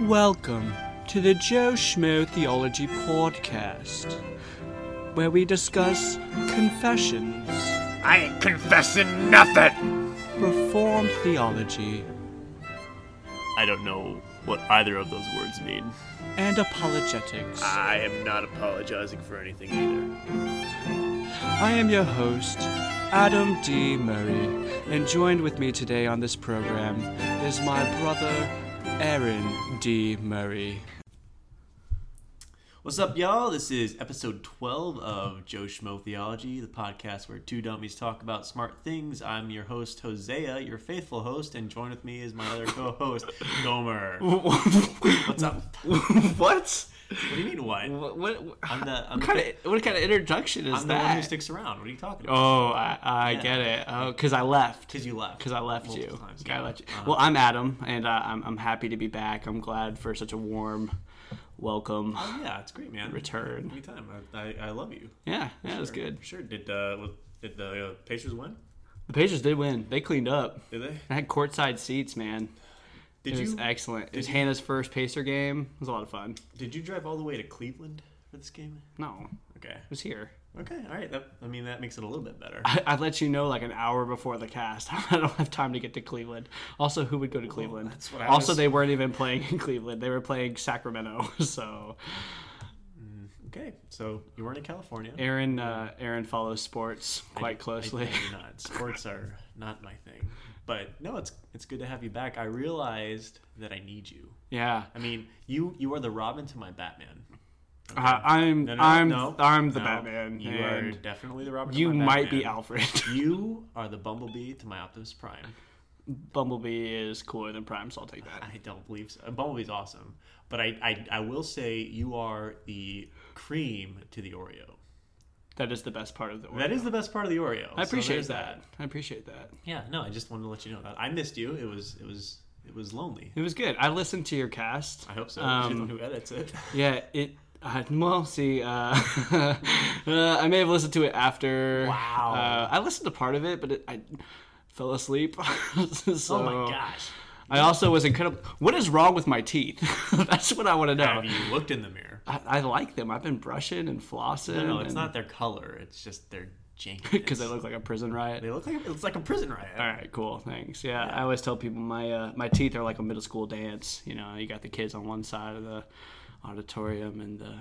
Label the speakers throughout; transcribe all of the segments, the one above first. Speaker 1: Welcome to the Joe Schmo Theology Podcast, where we discuss confessions,
Speaker 2: I ain't confessing nothing.
Speaker 1: Reformed theology,
Speaker 3: I don't know what either of those words mean.
Speaker 1: and apologetics.
Speaker 3: I am not apologizing for anything either.
Speaker 1: I am your host, Adam D. Murray, and joined with me today on this program is my brother, Aaron D. Murray.
Speaker 3: What's up, y'all? This is episode 12 of Joe Schmo Theology, the podcast where two dummies talk about smart things. I'm your host, Hosea, your faithful host, and joined with me is my other co host, Gomer. What's up? What
Speaker 4: What?
Speaker 3: do you mean, what?
Speaker 4: What? What,
Speaker 3: I'm the,
Speaker 4: what
Speaker 3: I'm the,
Speaker 4: kind of what kind of introduction is
Speaker 3: I'm the one who
Speaker 4: that?
Speaker 3: sticks around. What are you talking about?
Speaker 4: oh, I, I get it. Oh, because I left.
Speaker 3: Because you left.
Speaker 4: Because I left
Speaker 3: Multiple
Speaker 4: you.
Speaker 3: times. Uh-huh.
Speaker 4: Okay, I let you. Well, I'm Adam, and uh, I'm I'm happy to be back. I'm glad for such a warm welcome
Speaker 3: Oh, Yeah, it's great, man.
Speaker 4: return.
Speaker 3: Anytime. I, I, I love you.
Speaker 4: Yeah, yeah, it was good.
Speaker 3: Sure. Did, uh, did the uh, Pacers win?
Speaker 4: The Pagers did win. They cleaned up.
Speaker 3: Did they?
Speaker 4: I had courtside seats, man.
Speaker 3: Did
Speaker 4: it was
Speaker 3: you
Speaker 4: excellent. It was Hannah's first Pacer game. It was a lot of fun.
Speaker 3: Did you drive all the way to Cleveland for this game?
Speaker 4: No,
Speaker 3: Okay.
Speaker 4: it was here.
Speaker 3: Okay. All right. That, I mean, that makes it a little bit better.
Speaker 4: I, I let you know like an hour before the cast. I don't have time to get to Cleveland. Also, who would go to Cleveland?
Speaker 3: Oh, that's what I
Speaker 4: also,
Speaker 3: was-
Speaker 4: they weren't even playing in Cleveland. They were playing Sacramento. So
Speaker 3: Okay. So you weren't in California.
Speaker 4: Aaron, uh, Aaron follows sports quite closely.
Speaker 3: I do not. Sports are not my thing. But no, it's it's good to have you back. I realized that I need you.
Speaker 4: yeah,
Speaker 3: I mean, you you are the Robin to my Batman.
Speaker 4: uh, I'm,
Speaker 3: No, no,
Speaker 4: I'm,
Speaker 3: no,
Speaker 4: I'm the
Speaker 3: no.
Speaker 4: Batman.
Speaker 3: You are
Speaker 4: and
Speaker 3: definitely the Robin. to
Speaker 4: you
Speaker 3: my
Speaker 4: might be
Speaker 3: Batman.
Speaker 4: Alfred.
Speaker 3: You are the Bumblebee to my Optimus Prime.
Speaker 4: Bumblebee is cooler than Prime, so I'll take that.
Speaker 3: I don't believe so. Bumblebee's awesome, but I, I I will say you are the cream to the Oreo.
Speaker 4: That is the best part of the.
Speaker 3: That is the best part of the Oreo.
Speaker 4: I appreciate
Speaker 3: there's
Speaker 4: that. I appreciate that.
Speaker 3: Yeah, no, I just wanted to let you know that I missed you. It was it was it was lonely.
Speaker 4: It was good. I listened to your cast.
Speaker 3: I hope so.
Speaker 4: Um,
Speaker 3: She's the one who edits it.
Speaker 4: Yeah, it. Uh, well, see, uh, uh, I may have listened to it after.
Speaker 3: Wow.
Speaker 4: Uh, I listened to part of it, but it, I fell asleep. so,
Speaker 3: oh my gosh!
Speaker 4: I also was incredible. What is wrong with my teeth? That's what I want to know.
Speaker 3: Have you looked in the mirror?
Speaker 4: I, I like them. I've been brushing and flossing.
Speaker 3: No, no, it's not their color. It's just their jankiness.
Speaker 4: because they look like a prison riot.
Speaker 3: they look like it's like a prison riot.
Speaker 4: All right, cool. Thanks. Yeah, I always tell people my uh, my teeth are like a middle school dance. You know, you got the kids on one side of the auditorium and the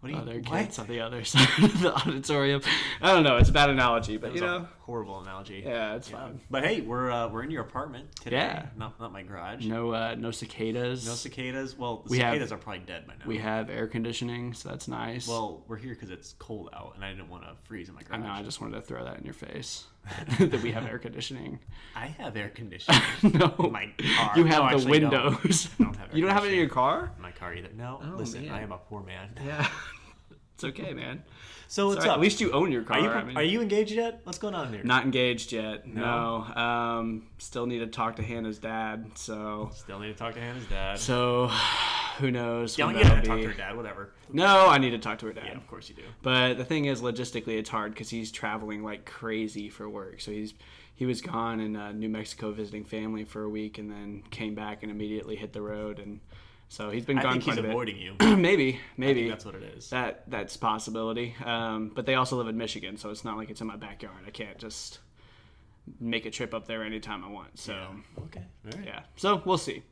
Speaker 3: What do you?
Speaker 4: other
Speaker 3: what?
Speaker 4: kids on the other side of the auditorium. I don't know. It's a bad analogy, but
Speaker 3: That
Speaker 4: you
Speaker 3: was
Speaker 4: know,
Speaker 3: a horrible analogy.
Speaker 4: yeah, it's fine.
Speaker 3: But hey, we're uh, we're in your apartment today.
Speaker 4: Yeah.
Speaker 3: Not not my garage.
Speaker 4: No, uh, no cicadas.
Speaker 3: No cicadas. Well, the
Speaker 4: We have-
Speaker 3: cicadas are probably dead by now.
Speaker 4: we have air conditioning, so that's nice.
Speaker 3: well, we're here because it's cold out, and I didn't want to freeze in my
Speaker 4: I
Speaker 3: garage.
Speaker 4: know. I just wanted to throw that in your face that we have air conditioning.
Speaker 3: I have air conditioning
Speaker 4: no,
Speaker 3: in my car.
Speaker 4: you
Speaker 3: No,
Speaker 4: have the
Speaker 3: actually, I don't.
Speaker 4: windows.
Speaker 3: I don't have air
Speaker 4: you don't have it in
Speaker 3: conditioning.
Speaker 4: your car.
Speaker 3: in my car either. No, listen,
Speaker 4: Oh, man.
Speaker 3: I am a poor man.
Speaker 4: Yeah, it's okay, man.
Speaker 3: So what's
Speaker 4: Sorry,
Speaker 3: up?
Speaker 4: At least you own your car.
Speaker 3: are you
Speaker 4: I mean-
Speaker 3: are you engaged yet? What's going on there?
Speaker 4: not engaged yet? No. Um, still need to talk to Hannah's dad. So,
Speaker 3: Still need to talk to Hannah's dad.
Speaker 4: so who knows?
Speaker 3: Don't
Speaker 4: when
Speaker 3: you have
Speaker 4: that'll
Speaker 3: to talk
Speaker 4: be.
Speaker 3: to her dad? Whatever.
Speaker 4: No, I need to talk to her dad.
Speaker 3: Yeah, of course you do.
Speaker 4: But the thing is, logistically, it's hard because he's traveling like crazy for work. So he's he was gone in uh, New Mexico visiting family for a week, and then came back and immediately hit the road. And so he's been
Speaker 3: I
Speaker 4: gone
Speaker 3: think he's
Speaker 4: quite a bit.
Speaker 3: avoiding you.
Speaker 4: maybe, maybe
Speaker 3: That's what it is.
Speaker 4: that that's a possibility. Um, but they also live in Michigan, so it's not like it's in my backyard. I can't just make a trip up there anytime I want. So
Speaker 3: Okay.
Speaker 4: yeah,
Speaker 3: All
Speaker 4: Mm.
Speaker 3: right.
Speaker 4: so we'll see.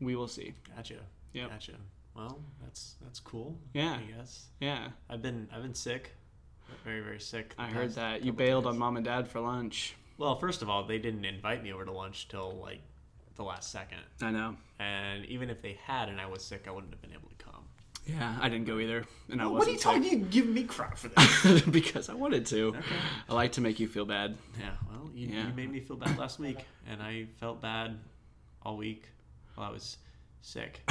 Speaker 4: We will see.
Speaker 3: Gotcha.
Speaker 4: Yep.
Speaker 3: Gotcha. Well, that's that's cool.
Speaker 4: Yeah.
Speaker 3: I guess.
Speaker 4: Yeah,
Speaker 3: I've been I've been sick, very very sick. the
Speaker 4: I heard
Speaker 3: past
Speaker 4: that you
Speaker 3: couple
Speaker 4: bailed
Speaker 3: days.
Speaker 4: on mom and dad for lunch.
Speaker 3: Well, first of all, they didn't invite me over to lunch till like the last second,
Speaker 4: I know.
Speaker 3: and even if they had and I was sick, I wouldn't have been able to come.
Speaker 4: Yeah, I didn't go either, and I wasn't.
Speaker 3: What are you talking? You give me crap for that?
Speaker 4: talking? because I wanted to. I like to make you feel bad.
Speaker 3: yeah. Well, you,
Speaker 4: Yeah.
Speaker 3: you made me feel bad last week, and I felt bad all week while I was sick,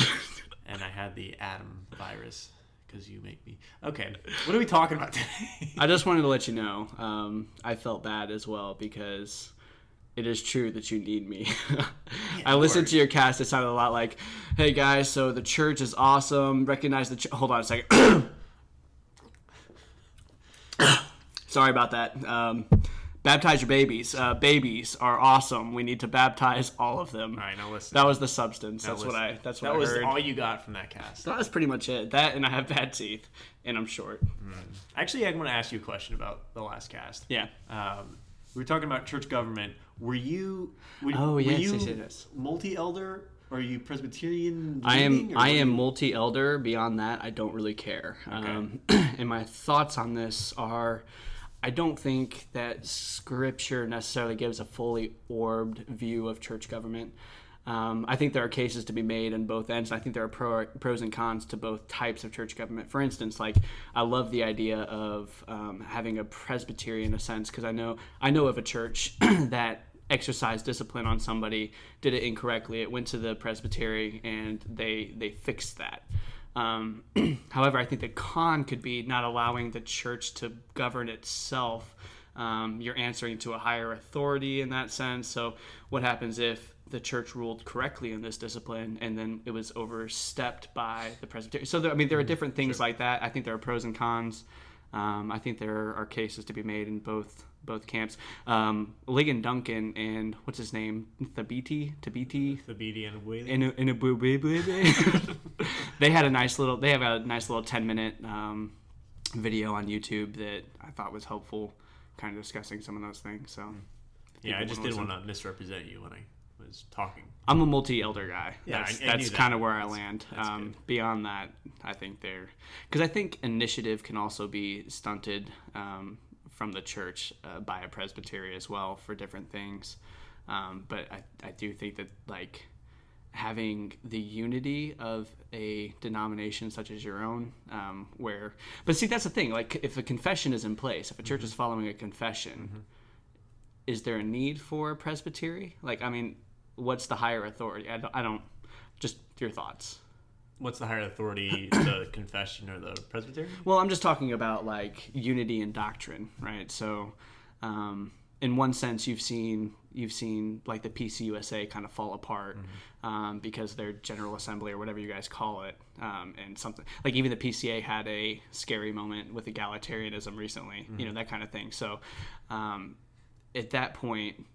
Speaker 3: and I had the Adam virus because you make me. Okay, what are we talking about today?
Speaker 4: I just wanted to let you know. Um, I felt bad as well because it is true that you need me. I
Speaker 3: of
Speaker 4: listened
Speaker 3: course.
Speaker 4: to your cast. It sounded a lot like, "Hey guys, so the church is awesome. Recognize the ch- hold on a second. Sorry about that. Um, Baptize your babies. Uh, babies are awesome. We need to baptize all of them.
Speaker 3: All right, now listen.
Speaker 4: That was the substance. that's what
Speaker 3: listen.
Speaker 4: I. That's what
Speaker 3: That
Speaker 4: I
Speaker 3: was
Speaker 4: heard.
Speaker 3: all you got from that cast.
Speaker 4: that was pretty much it. That and I have bad teeth and I'm short.
Speaker 3: Mm. Actually, I'm going to ask you a question about the last cast.
Speaker 4: Yeah.
Speaker 3: Um, we were talking about church government. Were you? Were,
Speaker 4: Oh,
Speaker 3: were
Speaker 4: yes,
Speaker 3: you
Speaker 4: yes, yes, yes.
Speaker 3: multi-elder? Or are you Presbyterian?
Speaker 4: I
Speaker 3: leaning,
Speaker 4: am
Speaker 3: or
Speaker 4: I
Speaker 3: what
Speaker 4: am
Speaker 3: are you-
Speaker 4: multi elder. Beyond that, I don't really care. Um, and my thoughts on this are, I don't think that Scripture necessarily gives a fully orbed view of church government. Um, I think there are cases to be made on both ends, and I think there are pro, pros and cons to both types of church government. For instance, like I love the idea of um, having a presbytery in a sense because I know I know of a church that exercise discipline on somebody did it incorrectly it went to the presbytery and they they fixed that um, however i think the con could be not allowing the church to govern itself um, you're answering to a higher authority in that sense so what happens if the church ruled correctly in this discipline and then it was overstepped by the presbytery so there, i mean there are different things like that i think there are pros and cons um, I think there are cases to be made in both both camps. Um, Ligon Duncan and what's his name, Thabiti, Tabiti,
Speaker 3: the BD and Wiley?
Speaker 4: in a, in a boo- boo- boo- boo. they had a nice little they have a nice little 10 minute um, video on youtube that i thought was helpful kind of discussing some of those things so
Speaker 3: yeah, I just
Speaker 4: people
Speaker 3: didn't
Speaker 4: listen.
Speaker 3: want to misrepresent you when I was talking.
Speaker 4: i'm a multi-elder guy
Speaker 3: Yeah, I-
Speaker 4: that's,
Speaker 3: I knew
Speaker 4: that's
Speaker 3: that.
Speaker 4: kind of where i land
Speaker 3: that's
Speaker 4: um, beyond that i think there because i think initiative can also be stunted um, from the church uh, by a presbytery as well for different things um, but I, I do think that like having the unity of a denomination such as your own um, where but see that's the thing like if a confession is in place if a
Speaker 3: Mm-hmm.
Speaker 4: church is following a confession is there a need for a presbytery like i mean what's the higher authority i don't, I don't just your thoughts
Speaker 3: What's the higher authority, the confession or the presbytery?
Speaker 4: Well, I'm just talking about like unity and doctrine, right? So, um, in one sense, you've seen you've seen like the PCUSA kind of fall apart um, because their General Assembly or whatever you guys call it, um, and something like even the PCA had a scary moment with egalitarianism recently, you know that kind of thing. So, um, at that point,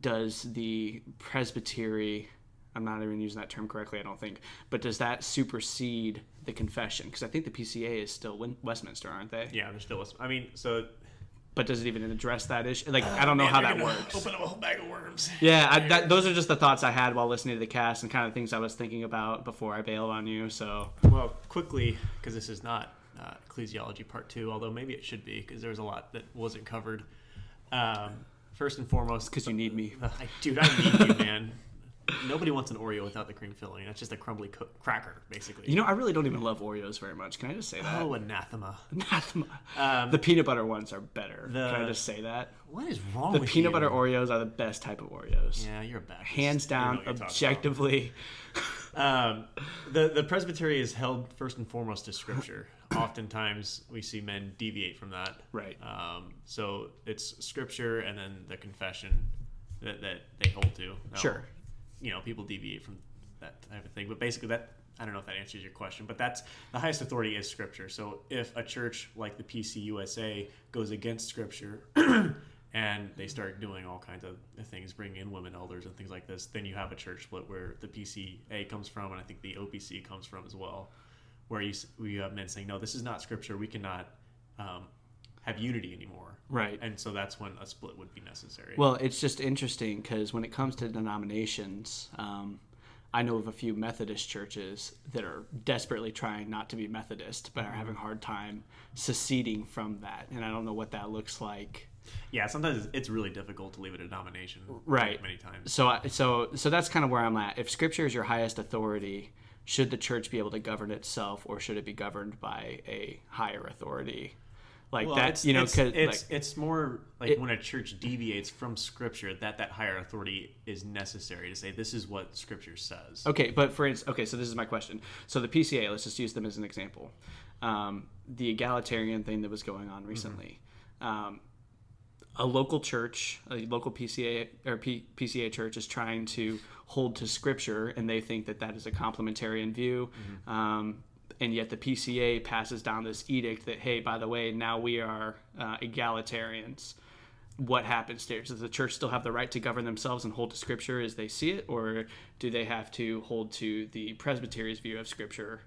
Speaker 4: does the presbytery i'm not even using that term correctly i don't think but does that supersede the confession because i think the pca is still Win- westminster aren't they
Speaker 3: Yeah, there's still. I mean, so
Speaker 4: but does it even address that issue
Speaker 3: Uh,
Speaker 4: like i don't know how that works
Speaker 3: Open up a whole bag of worms.
Speaker 4: yeah I, that, those are just the thoughts i had while listening to the cast and kind of things i was thinking about before i bailed on you so
Speaker 3: Well, quickly, because this is not uh, ecclesiology part two, although maybe it should be, because there was a lot that wasn't covered. Um, first and foremost, uh,
Speaker 4: because you need me
Speaker 3: I, dude, I need you, man. Nobody wants an Oreo without the cream filling. That's just a crumbly co- cracker, basically.
Speaker 4: you know i really don't even love oreos very much can i just say that
Speaker 3: oh, anathema.
Speaker 4: Anathema.
Speaker 3: Um,
Speaker 4: the peanut butter ones are better
Speaker 3: the-
Speaker 4: can i just say that
Speaker 3: What is wrong
Speaker 4: the
Speaker 3: with
Speaker 4: peanut
Speaker 3: you?
Speaker 4: butter oreos are the best type of oreos
Speaker 3: Yeah, you're a bad.
Speaker 4: hands down objectively
Speaker 3: Um, the the presbytery is held first and foremost to scripture. Oftentimes, we see men deviate from that.
Speaker 4: Right.
Speaker 3: Um, so it's scripture and then the confession that, that they hold to. Now,
Speaker 4: Sure.
Speaker 3: You know, people deviate from that type of thing, but basically that. I don't know if that answers your question, but that's the highest authority is scripture. So if a church like the PCUSA goes against scripture and they start doing all kinds of things, bringing in women elders and things like this, then you have a church split where the PCA comes from, and I think the OPC comes from as well, where you s- where you have men saying, no, this is not scripture. We cannot um, have unity anymore.
Speaker 4: Right.
Speaker 3: And so that's when a split would be necessary.
Speaker 4: Well, it's just interesting because when it comes to denominations, um, I know of a few Methodist churches that are desperately trying not to be Methodist, but are having a hard time seceding from that. And I don't know what that looks like.
Speaker 3: yeah, sometimes it's really difficult to leave a denomination.
Speaker 4: Right.
Speaker 3: Many times.
Speaker 4: So, I, so, so that's kind of where I'm at. If Scripture is your highest authority, should the church be able to govern itself, or should it be governed by a higher authority? Like
Speaker 3: Well,
Speaker 4: that,
Speaker 3: it's,
Speaker 4: you know,
Speaker 3: it's,
Speaker 4: 'cause, like,
Speaker 3: it's, it's more like when a church deviates from scripture that that higher authority is necessary to say this is what scripture says.
Speaker 4: Okay, but for instance, okay, so this is my question. So the PCA, let's just use them as an example. Um, the egalitarian thing that was going on recently. Um, a local church, a local PCA or P- PCA church is trying to hold to scripture, and they think that that is a complementarian view. Um, and yet the PCA passes down this edict that, hey, by the way, now we are uh, egalitarians. what happens there? Does the church still have the right to govern themselves and hold to Scripture as they see it, or do they have to hold to the Presbytery's view of Scripture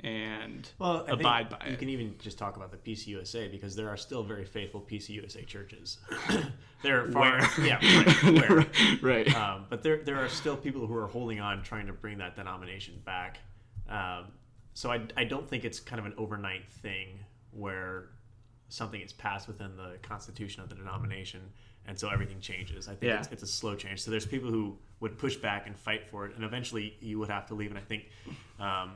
Speaker 4: and
Speaker 3: Well, I think
Speaker 4: abide by
Speaker 3: you
Speaker 4: it?
Speaker 3: can even just talk about the PCUSA because there are still very faithful PCUSA churches. there are far,
Speaker 4: Where?
Speaker 3: yeah, right, where.
Speaker 4: right.
Speaker 3: Um, but there there are still people who are holding on, trying to bring that denomination back. Um, so I I don't think it's kind of an overnight thing where something is passed within the constitution of the denomination, and so everything changes. I think
Speaker 4: Yeah.
Speaker 3: it's, it's a slow change. So there's people who would push back and fight for it, and eventually you would have to leave. And I think um,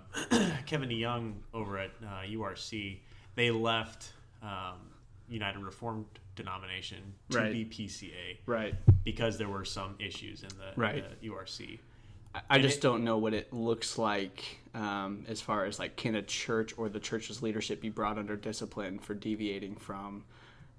Speaker 3: Kevin DeYoung over at uh, URC they left um, United Reformed denomination to
Speaker 4: Right.
Speaker 3: be PCA
Speaker 4: right.
Speaker 3: because there were some issues in the,
Speaker 4: Right.
Speaker 3: the URC.
Speaker 4: I- I just don't know what it looks like um, as far as like can a church or the church's leadership be brought under discipline for deviating from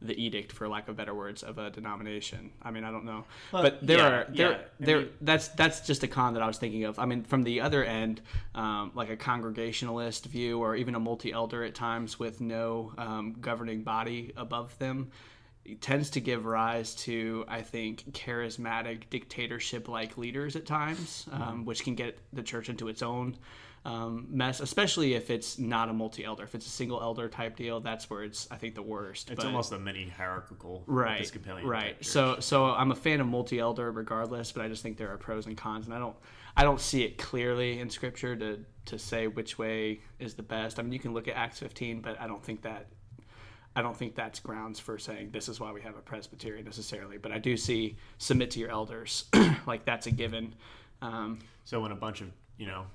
Speaker 4: the edict, for lack of better words, of a denomination. I mean, I don't know, but there
Speaker 3: yeah,
Speaker 4: are there
Speaker 3: yeah. I
Speaker 4: there
Speaker 3: mean-
Speaker 4: that's that's just a con that I was thinking of. I mean, from the other end, um, like a congregationalist view or even a multi-elder at times with no um, governing body above them it tends to give rise to I think charismatic dictatorship-like leaders at times,
Speaker 3: Mm-hmm.
Speaker 4: um, which can get the church into its own um, mess, especially if it's not a multi-elder. If it's a single elder type deal, that's where it's I think the worst.
Speaker 3: It's almost a mini hierarchical
Speaker 4: right
Speaker 3: Episcopalian.
Speaker 4: right
Speaker 3: type church.
Speaker 4: so so i'm a fan of multi-elder regardless but i just think there are pros and cons and i don't i don't see it clearly in scripture to to say which way is the best i mean you can look at acts 15 but i don't think that i don't think that's grounds for saying this is why we have a presbytery necessarily but i do see submit to your elders like that's a given um,
Speaker 3: so when a bunch of you know,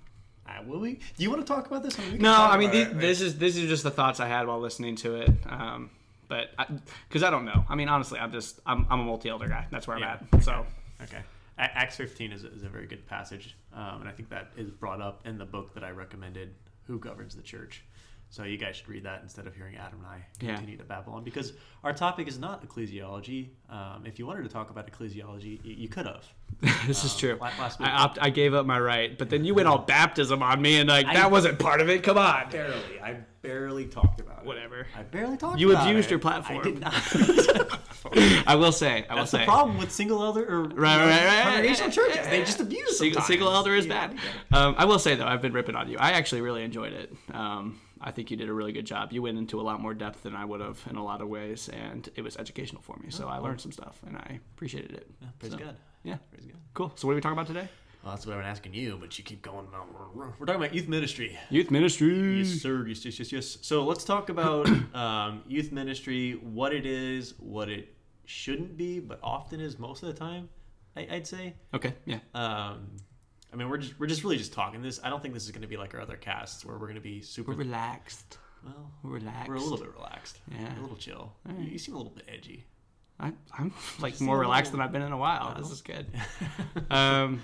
Speaker 3: uh, will we? Do you want to talk about this? I mean, we can
Speaker 4: No,
Speaker 3: talk
Speaker 4: I mean
Speaker 3: about
Speaker 4: these,
Speaker 3: it,
Speaker 4: this is this is just the thoughts I had while listening to it. Um, but because I, don't know, I mean honestly, I'm just I'm, I'm a multi elder guy. That's where
Speaker 3: Yeah.
Speaker 4: I'm at. So
Speaker 3: Okay. A- Acts 15 is, is a very good passage, um, and I think that is brought up in the book that I recommended, Who Governs the Church. So you guys should read that instead of hearing Adam and I
Speaker 4: Yeah.
Speaker 3: continue to babble on, because our topic is not ecclesiology. Um, if you wanted to talk about ecclesiology, y- you could have.
Speaker 4: this is true.
Speaker 3: Oh, la- last week-
Speaker 4: I opt, I gave up my right, but then you went all baptism on me and like that wasn't part of it. Come on,
Speaker 3: Barely. I barely talked about it.
Speaker 4: whatever.
Speaker 3: I barely talked
Speaker 4: You
Speaker 3: about
Speaker 4: abused
Speaker 3: it.
Speaker 4: your platform.
Speaker 3: I did not. abuse my platform.
Speaker 4: I will say, I will
Speaker 3: That's
Speaker 4: say,
Speaker 3: the problem with single elder or
Speaker 4: Right, right, right, right.
Speaker 3: congregational churches. They just abuse
Speaker 4: Single,
Speaker 3: sometimes.
Speaker 4: single elder is
Speaker 3: You know,
Speaker 4: bad. Um, I will say though, I've been ripping on you. I actually really enjoyed it. Um, I think you did a really good job. You went into a lot more depth than I would have in a lot of ways, and it was educational for me.
Speaker 3: Oh,
Speaker 4: So I learned some stuff, and I appreciated it.
Speaker 3: Praise
Speaker 4: So,
Speaker 3: God.
Speaker 4: Yeah,
Speaker 3: Praise God.
Speaker 4: cool. So what are we talking about today?
Speaker 3: Well, that's what I've been asking you, but you keep going. We're talking about youth ministry. Hmm.
Speaker 4: Youth ministry.
Speaker 3: Yes, sir. Yes, yes, yes, yes. So let's talk about um, youth ministry, what it is, what it shouldn't be, but often is most of the time, I, I'd say.
Speaker 4: Okay. Yeah.
Speaker 3: Um, I mean, we're just we're just really just talking this. I don't think this is going to be like our other casts where we're going to be super.
Speaker 4: We're relaxed.
Speaker 3: well,
Speaker 4: We're relaxed.
Speaker 3: we're a little bit relaxed.
Speaker 4: Yeah.
Speaker 3: A little chill. You, you seem a little bit edgy.
Speaker 4: I, I'm like more relaxed than I've been in a while. This is good. um,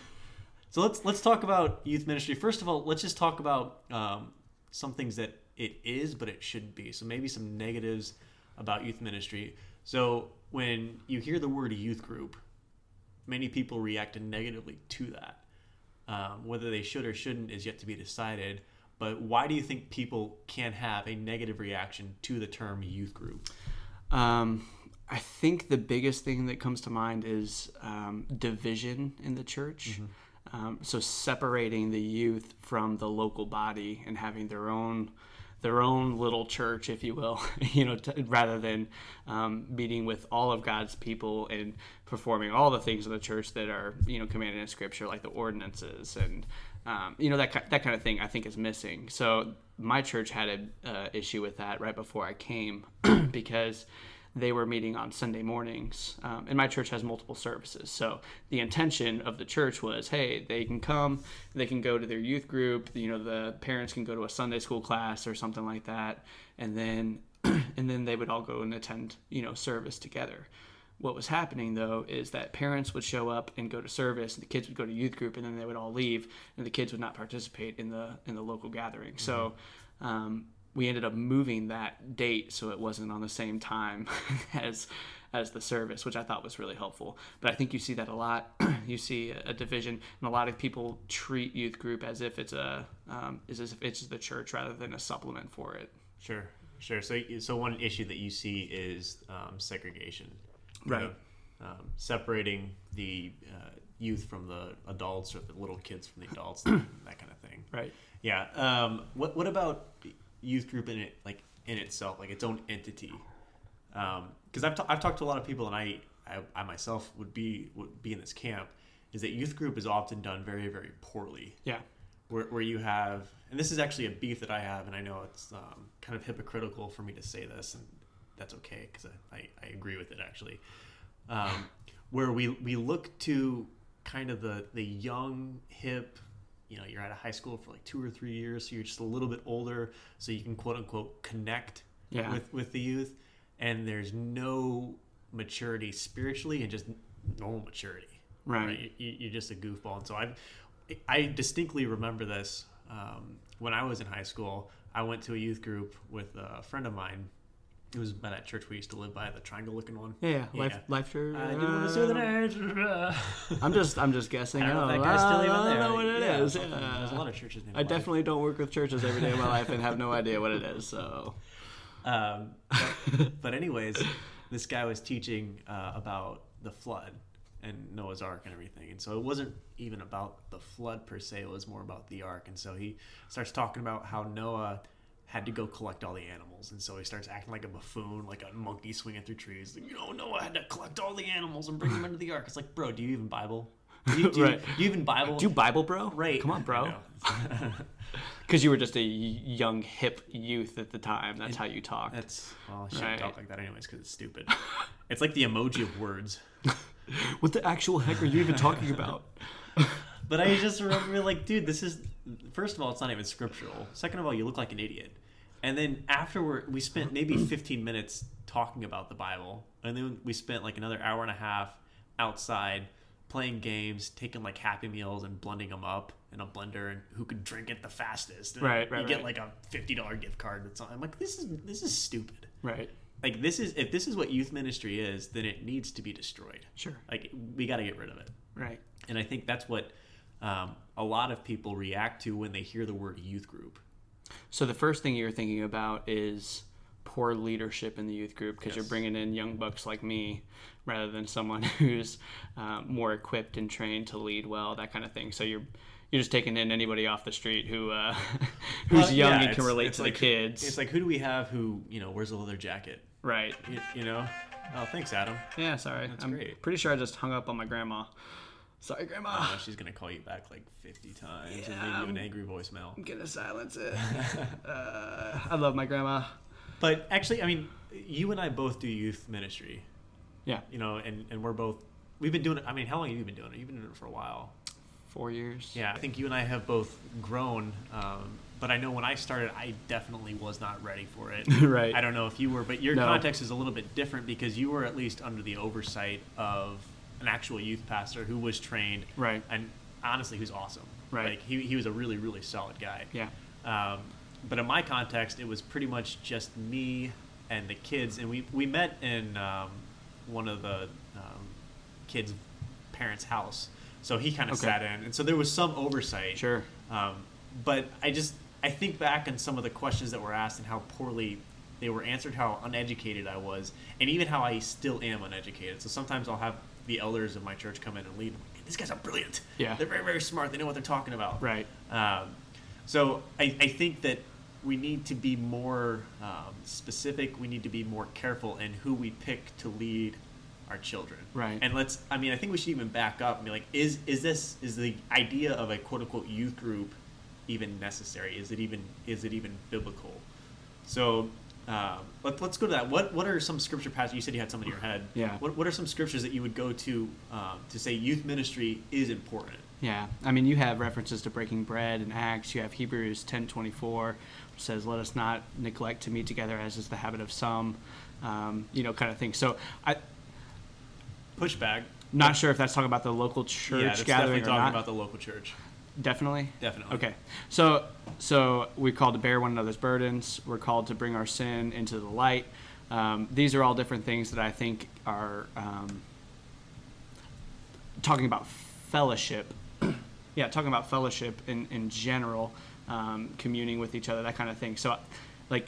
Speaker 3: So let's let's talk about youth ministry. First of all, let's just talk about um, some things that it is, but it shouldn't be. So maybe some negatives about youth ministry. So when you hear the word youth group, many people react negatively to that. Um, whether they should or shouldn't is yet to be decided. But why do you think people can have a negative reaction to the term youth group?
Speaker 4: Um, I think the biggest thing that comes to mind is um, division in the church. Um, so separating the youth from the local body and having their own their own little church, if you will, you know, t- rather than um, meeting with all of God's people and performing all the things of the church that are you know commanded in Scripture, like the ordinances and um, you know that ki- that kind of thing. I think is missing. So my church had a uh, issue with that right before I came because they were meeting on Sunday mornings, um, and my church has multiple services. So the intention of the church was, hey, they can come, they can go to their youth group. You know, the parents can go to a Sunday school class or something like that, and then and then they would all go and attend you know service together. What was happening though is that parents would show up and go to service, and the kids would go to youth group, and then they would all leave, and the kids would not participate in the in the local gathering. So um, we ended up moving that date so it wasn't on the same time as as the service, which I thought was really helpful. But I think you see that a lot. you see a division, and a lot of people treat youth group as if it's a um, is as if it's the church rather than a supplement for it.
Speaker 3: Sure, sure. So, so one issue that you see is um, segregation.
Speaker 1: Right.
Speaker 3: um, separating the uh, youth from the adults or the little kids from the adults, that kind of thing.
Speaker 4: Right.
Speaker 3: Yeah. Um, what What about youth group in it, like in itself, like its own entity? Because I've ta- I've talked to a lot of people, and I, I I myself would be would be in this camp. Is that youth group is often done very very poorly
Speaker 4: Yeah.
Speaker 3: where, where you have, and this is actually a beef that I have, and I know it's um, kind of hypocritical for me to say this, and that's okay because I, I, I agree with it actually. Um, where we, we look to kind of the, the young, hip, you know, you're out of high school for like two or three years, so you're just a little bit older, so you can quote unquote connect
Speaker 4: Yeah.
Speaker 3: with, with the youth, and there's no maturity spiritually and just normal maturity
Speaker 4: Right.
Speaker 3: you, you're just a goofball. And so I, I distinctly remember this um, when I was in high school. I went to a youth group with a friend of mine. It was by that church we used to live by, the triangle-looking one.
Speaker 4: Yeah. yeah. Life.
Speaker 3: Yeah.
Speaker 4: Life. Sure.
Speaker 3: I do want to see the nerds.
Speaker 4: I'm just. I'm just guessing.
Speaker 3: I don't know if that
Speaker 4: Oh,
Speaker 3: guy's still
Speaker 4: I
Speaker 3: even
Speaker 4: don't
Speaker 3: there.
Speaker 4: know what it
Speaker 3: Yeah,
Speaker 4: is.
Speaker 3: something- There's a
Speaker 4: Yeah.
Speaker 3: lot of churches named
Speaker 4: I
Speaker 3: Life.
Speaker 4: definitely don't work with churches every day of my life and have no idea what it is. So.
Speaker 3: Um, but, but anyways, this guy was teaching uh, about the flood and Noah's Ark and everything, and so it wasn't even about the flood per se. It was more about the ark, and so he starts talking about how Noah had to go collect all the animals, and so he starts acting like a buffoon, like a monkey swinging through trees. Like, you know, Noah had to collect all the animals and bring them into the ark. It's like, bro, do you even Bible? Do you, do you-
Speaker 4: Right.
Speaker 3: do you even Bible?
Speaker 4: Do you Bible, bro?
Speaker 3: right?
Speaker 4: Come on,
Speaker 3: I
Speaker 4: bro.
Speaker 3: know.
Speaker 4: Because you were just a y- young, hip youth at the time. That's how you talked.
Speaker 3: That's well, I shouldn't
Speaker 4: Right.
Speaker 3: talk like that anyways because it's stupid. it's like the emoji of words.
Speaker 4: What the actual heck are you even talking about?
Speaker 3: But I just remember, like, dude, this is first of all, it's not even scriptural. Second of all, you look like an idiot. And then afterward, we spent maybe 15 minutes talking about the Bible, and then we spent like another hour and a half outside playing games, taking like Happy Meals and blending them up in a blender, and who could drink it the fastest. And
Speaker 4: Right, right,
Speaker 3: You get
Speaker 4: right.
Speaker 3: like a $50 gift card. That's I'm like, this is this is stupid.
Speaker 4: Right.
Speaker 3: Like this is if this is what youth ministry is, then it needs to be destroyed.
Speaker 4: Sure.
Speaker 3: Like we got to get rid of it.
Speaker 4: Right.
Speaker 3: And I think that's what um, a lot of people react to when they hear the word youth group.
Speaker 4: So the first thing you're thinking about is poor leadership in the youth group because you're
Speaker 3: Yes.
Speaker 4: bringing in young bucks like me rather than someone who's uh, more equipped and trained to lead well, that kind of thing. So you're you're just taking in anybody off the street who uh, who's
Speaker 3: Well,
Speaker 4: young
Speaker 3: yeah,
Speaker 4: and can
Speaker 3: it's-
Speaker 4: relate
Speaker 3: it's
Speaker 4: to
Speaker 3: like-
Speaker 4: the kids,
Speaker 3: It's like, who do we have who, you know, wears a leather jacket?
Speaker 4: right?
Speaker 3: You, you know? Oh, thanks, Adam.
Speaker 4: Yeah. Sorry, I'm
Speaker 3: great.
Speaker 4: pretty sure I just hung up on my grandma. Sorry, grandma.
Speaker 3: Oh, she's going to call you back like 50 times and leave you an angry voicemail.
Speaker 4: I'm gonna silence it. uh, I love my grandma.
Speaker 3: But actually, I mean, you and I both do youth ministry,
Speaker 4: Yeah,
Speaker 3: you know, and, and we're both, we've been doing it. I mean, how long have you been doing it? You've been doing it for a while.
Speaker 4: four years.
Speaker 3: Yeah, I think you and I have both grown, um, but I know when I started, I definitely was not ready for it.
Speaker 4: Right.
Speaker 3: I don't know if you were, but your
Speaker 4: No.
Speaker 3: context is a little bit different because you were at least under the oversight of an actual youth pastor who was trained,
Speaker 4: Right.
Speaker 3: And honestly, who's awesome.
Speaker 4: Right.
Speaker 3: Like he he was a really really solid guy.
Speaker 4: Yeah.
Speaker 3: Um, but in my context, it was pretty much just me and the kids, and we we met in um, one of the um, kids' parents' house, so he kind of
Speaker 4: Okay.
Speaker 3: sat in, and so there was some oversight.
Speaker 4: Sure.
Speaker 3: Um, but I just I think back on some of the questions that were asked and how poorly they were answered, how uneducated I was, and even how I still am uneducated. So sometimes I'll have the elders of my church come in and lead. Like, These guys are brilliant.
Speaker 4: Yeah.
Speaker 3: They're very very smart. They know what they're talking about.
Speaker 4: Right.
Speaker 3: Um, so I, I think that we need to be more um, specific. We need to be more careful in who we pick to lead our children.
Speaker 4: Right.
Speaker 3: And let's. I mean, I think we should even back up and be like, is is this is the idea of a quote unquote youth group even necessary? Is it even is it even biblical? So. Um, let, let's go to that. What what are some scripture passages? You said you had some in your head.
Speaker 4: Yeah.
Speaker 3: What, what are some scriptures that you would go to um, to say youth ministry is important?
Speaker 4: Yeah, I mean, you have references to breaking bread and Acts. You have Hebrews ten twenty four, which says, "Let us not neglect to meet together, as is the habit of some," um, you know, kind of thing. So I.
Speaker 3: Pushback.
Speaker 4: Not sure if that's talking about the local church
Speaker 3: yeah, that's
Speaker 4: gathering
Speaker 3: definitely
Speaker 4: or
Speaker 3: talking
Speaker 4: not.
Speaker 3: about the local church.
Speaker 4: Definitely.
Speaker 3: Definitely.
Speaker 4: Okay. So so we're called to bear one another's burdens. We're called to bring our sin into the light. Um, these are all different things that I think are um, talking about fellowship. yeah, talking about fellowship in in general, um, communing with each other, that kind of thing. So, like,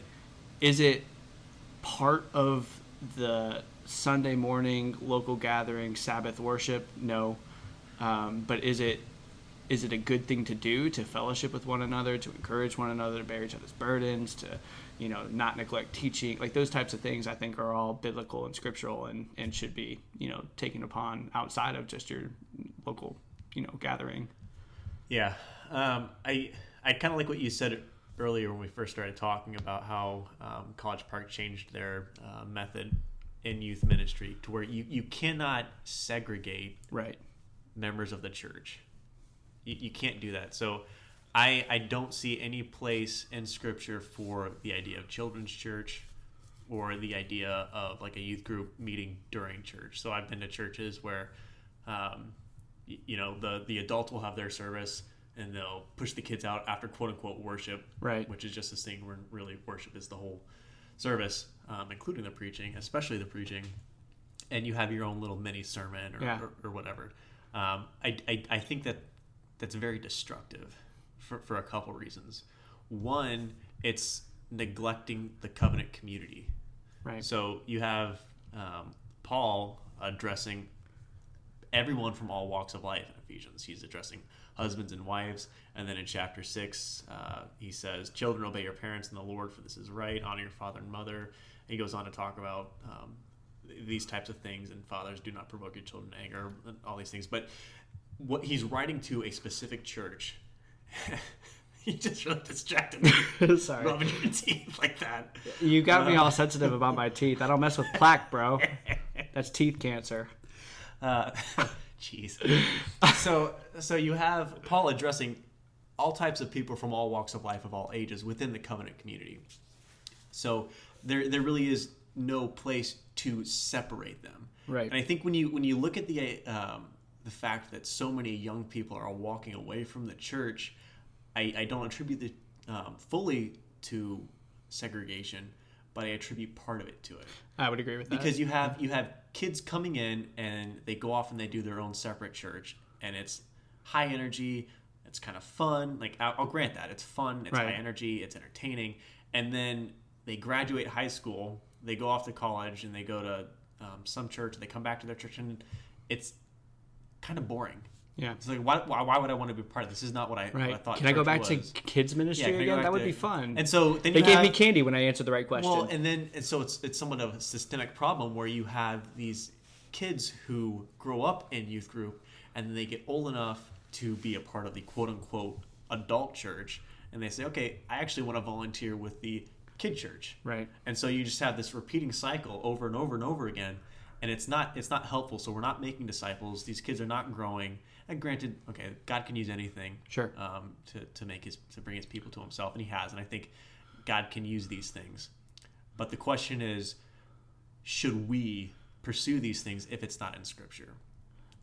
Speaker 4: is it part of the Sunday morning local gathering Sabbath worship? No, um, but is it is it a good thing to do to fellowship with one another, to encourage one another, to bear each other's burdens, to you know not neglect teaching? Like those types of things, I think are all biblical and scriptural and and should be you know taken upon outside of just your local you know gathering.
Speaker 3: Yeah, um, I I kind of like what you said earlier when we first started talking about how um, College Park changed their uh, method in youth ministry to where you you cannot segregate
Speaker 4: Right.
Speaker 3: members of the church. You, you can't do that. So. I, I don't see any place in scripture for the idea of children's church or the idea of like a youth group meeting during church. So I've been to churches where, um, y- you know, the the adults will have their service and they'll push the kids out after quote unquote worship,
Speaker 4: Right.
Speaker 3: Which is just this thing where really worship is the whole service, um, including the preaching, especially the preaching, and you have your own little mini sermon or
Speaker 4: Yeah.
Speaker 3: or, or whatever. Um, I, I I think that that's very destructive for, for a couple reasons. One, it's neglecting the covenant community.
Speaker 4: Right.
Speaker 3: So you have um, Paul addressing everyone from all walks of life in Ephesians. He's addressing husbands and wives. And then in chapter 6, uh, he says, Children, obey your parents in the Lord, for this is right. Honor your father and mother. And he goes on to talk about um, th- these types of things and fathers do not provoke your children to anger, and all these things. But what he's writing to a specific church. he just really distracted me.
Speaker 4: Sorry.
Speaker 3: Rubbing your teeth like that.
Speaker 4: You got me all sensitive about my teeth. I don't mess with plaque, bro. That's teeth cancer.
Speaker 3: Uh, Jeez. so so you have Paul addressing all types of people from all walks of life of all ages within the covenant community. So there there really is no place to separate them.
Speaker 4: Right.
Speaker 3: And I think when you when you look at the um, the fact that so many young people are walking away from the church, I, I don't attribute it um, fully to segregation, but I attribute part of it to it
Speaker 4: I would agree with that.
Speaker 3: because you have you have kids coming in and they go off and they do their own separate church and it's high energy it's kind of fun like i'll, I'll grant that it's fun it's high
Speaker 4: Right.
Speaker 3: energy it's entertaining and then they graduate high school they go off to college and they go to um, some church they come back to their church and it's kind of boring
Speaker 4: yeah.
Speaker 3: it's like why, why, why would i want to be part of this? this is not what i, what I
Speaker 4: Right.
Speaker 3: thought
Speaker 4: Can I go
Speaker 3: church
Speaker 4: back to
Speaker 3: was.
Speaker 4: kids ministry
Speaker 3: can I go
Speaker 4: again?
Speaker 3: back
Speaker 4: That would
Speaker 3: to-
Speaker 4: be fun.
Speaker 3: and so then
Speaker 4: they
Speaker 3: you
Speaker 4: gave me
Speaker 3: have-
Speaker 4: candy when I answered the right question.
Speaker 3: well, and then and so it's it's somewhat of a systemic problem where you have these kids who grow up in youth group and then they get old enough to be a part of the quote unquote adult church and they say, okay, I actually want to volunteer with the kid church,
Speaker 4: Right.
Speaker 3: And so you just have this repeating cycle over and over and over again, and it's not it's not helpful. So we're not making disciples. These kids are not growing. And granted, okay, God can use anything,
Speaker 4: Sure.
Speaker 3: um, to to make his to bring his people to Himself, and He has. And I think God can use these things. But the question is, should we pursue these things if it's not in Scripture?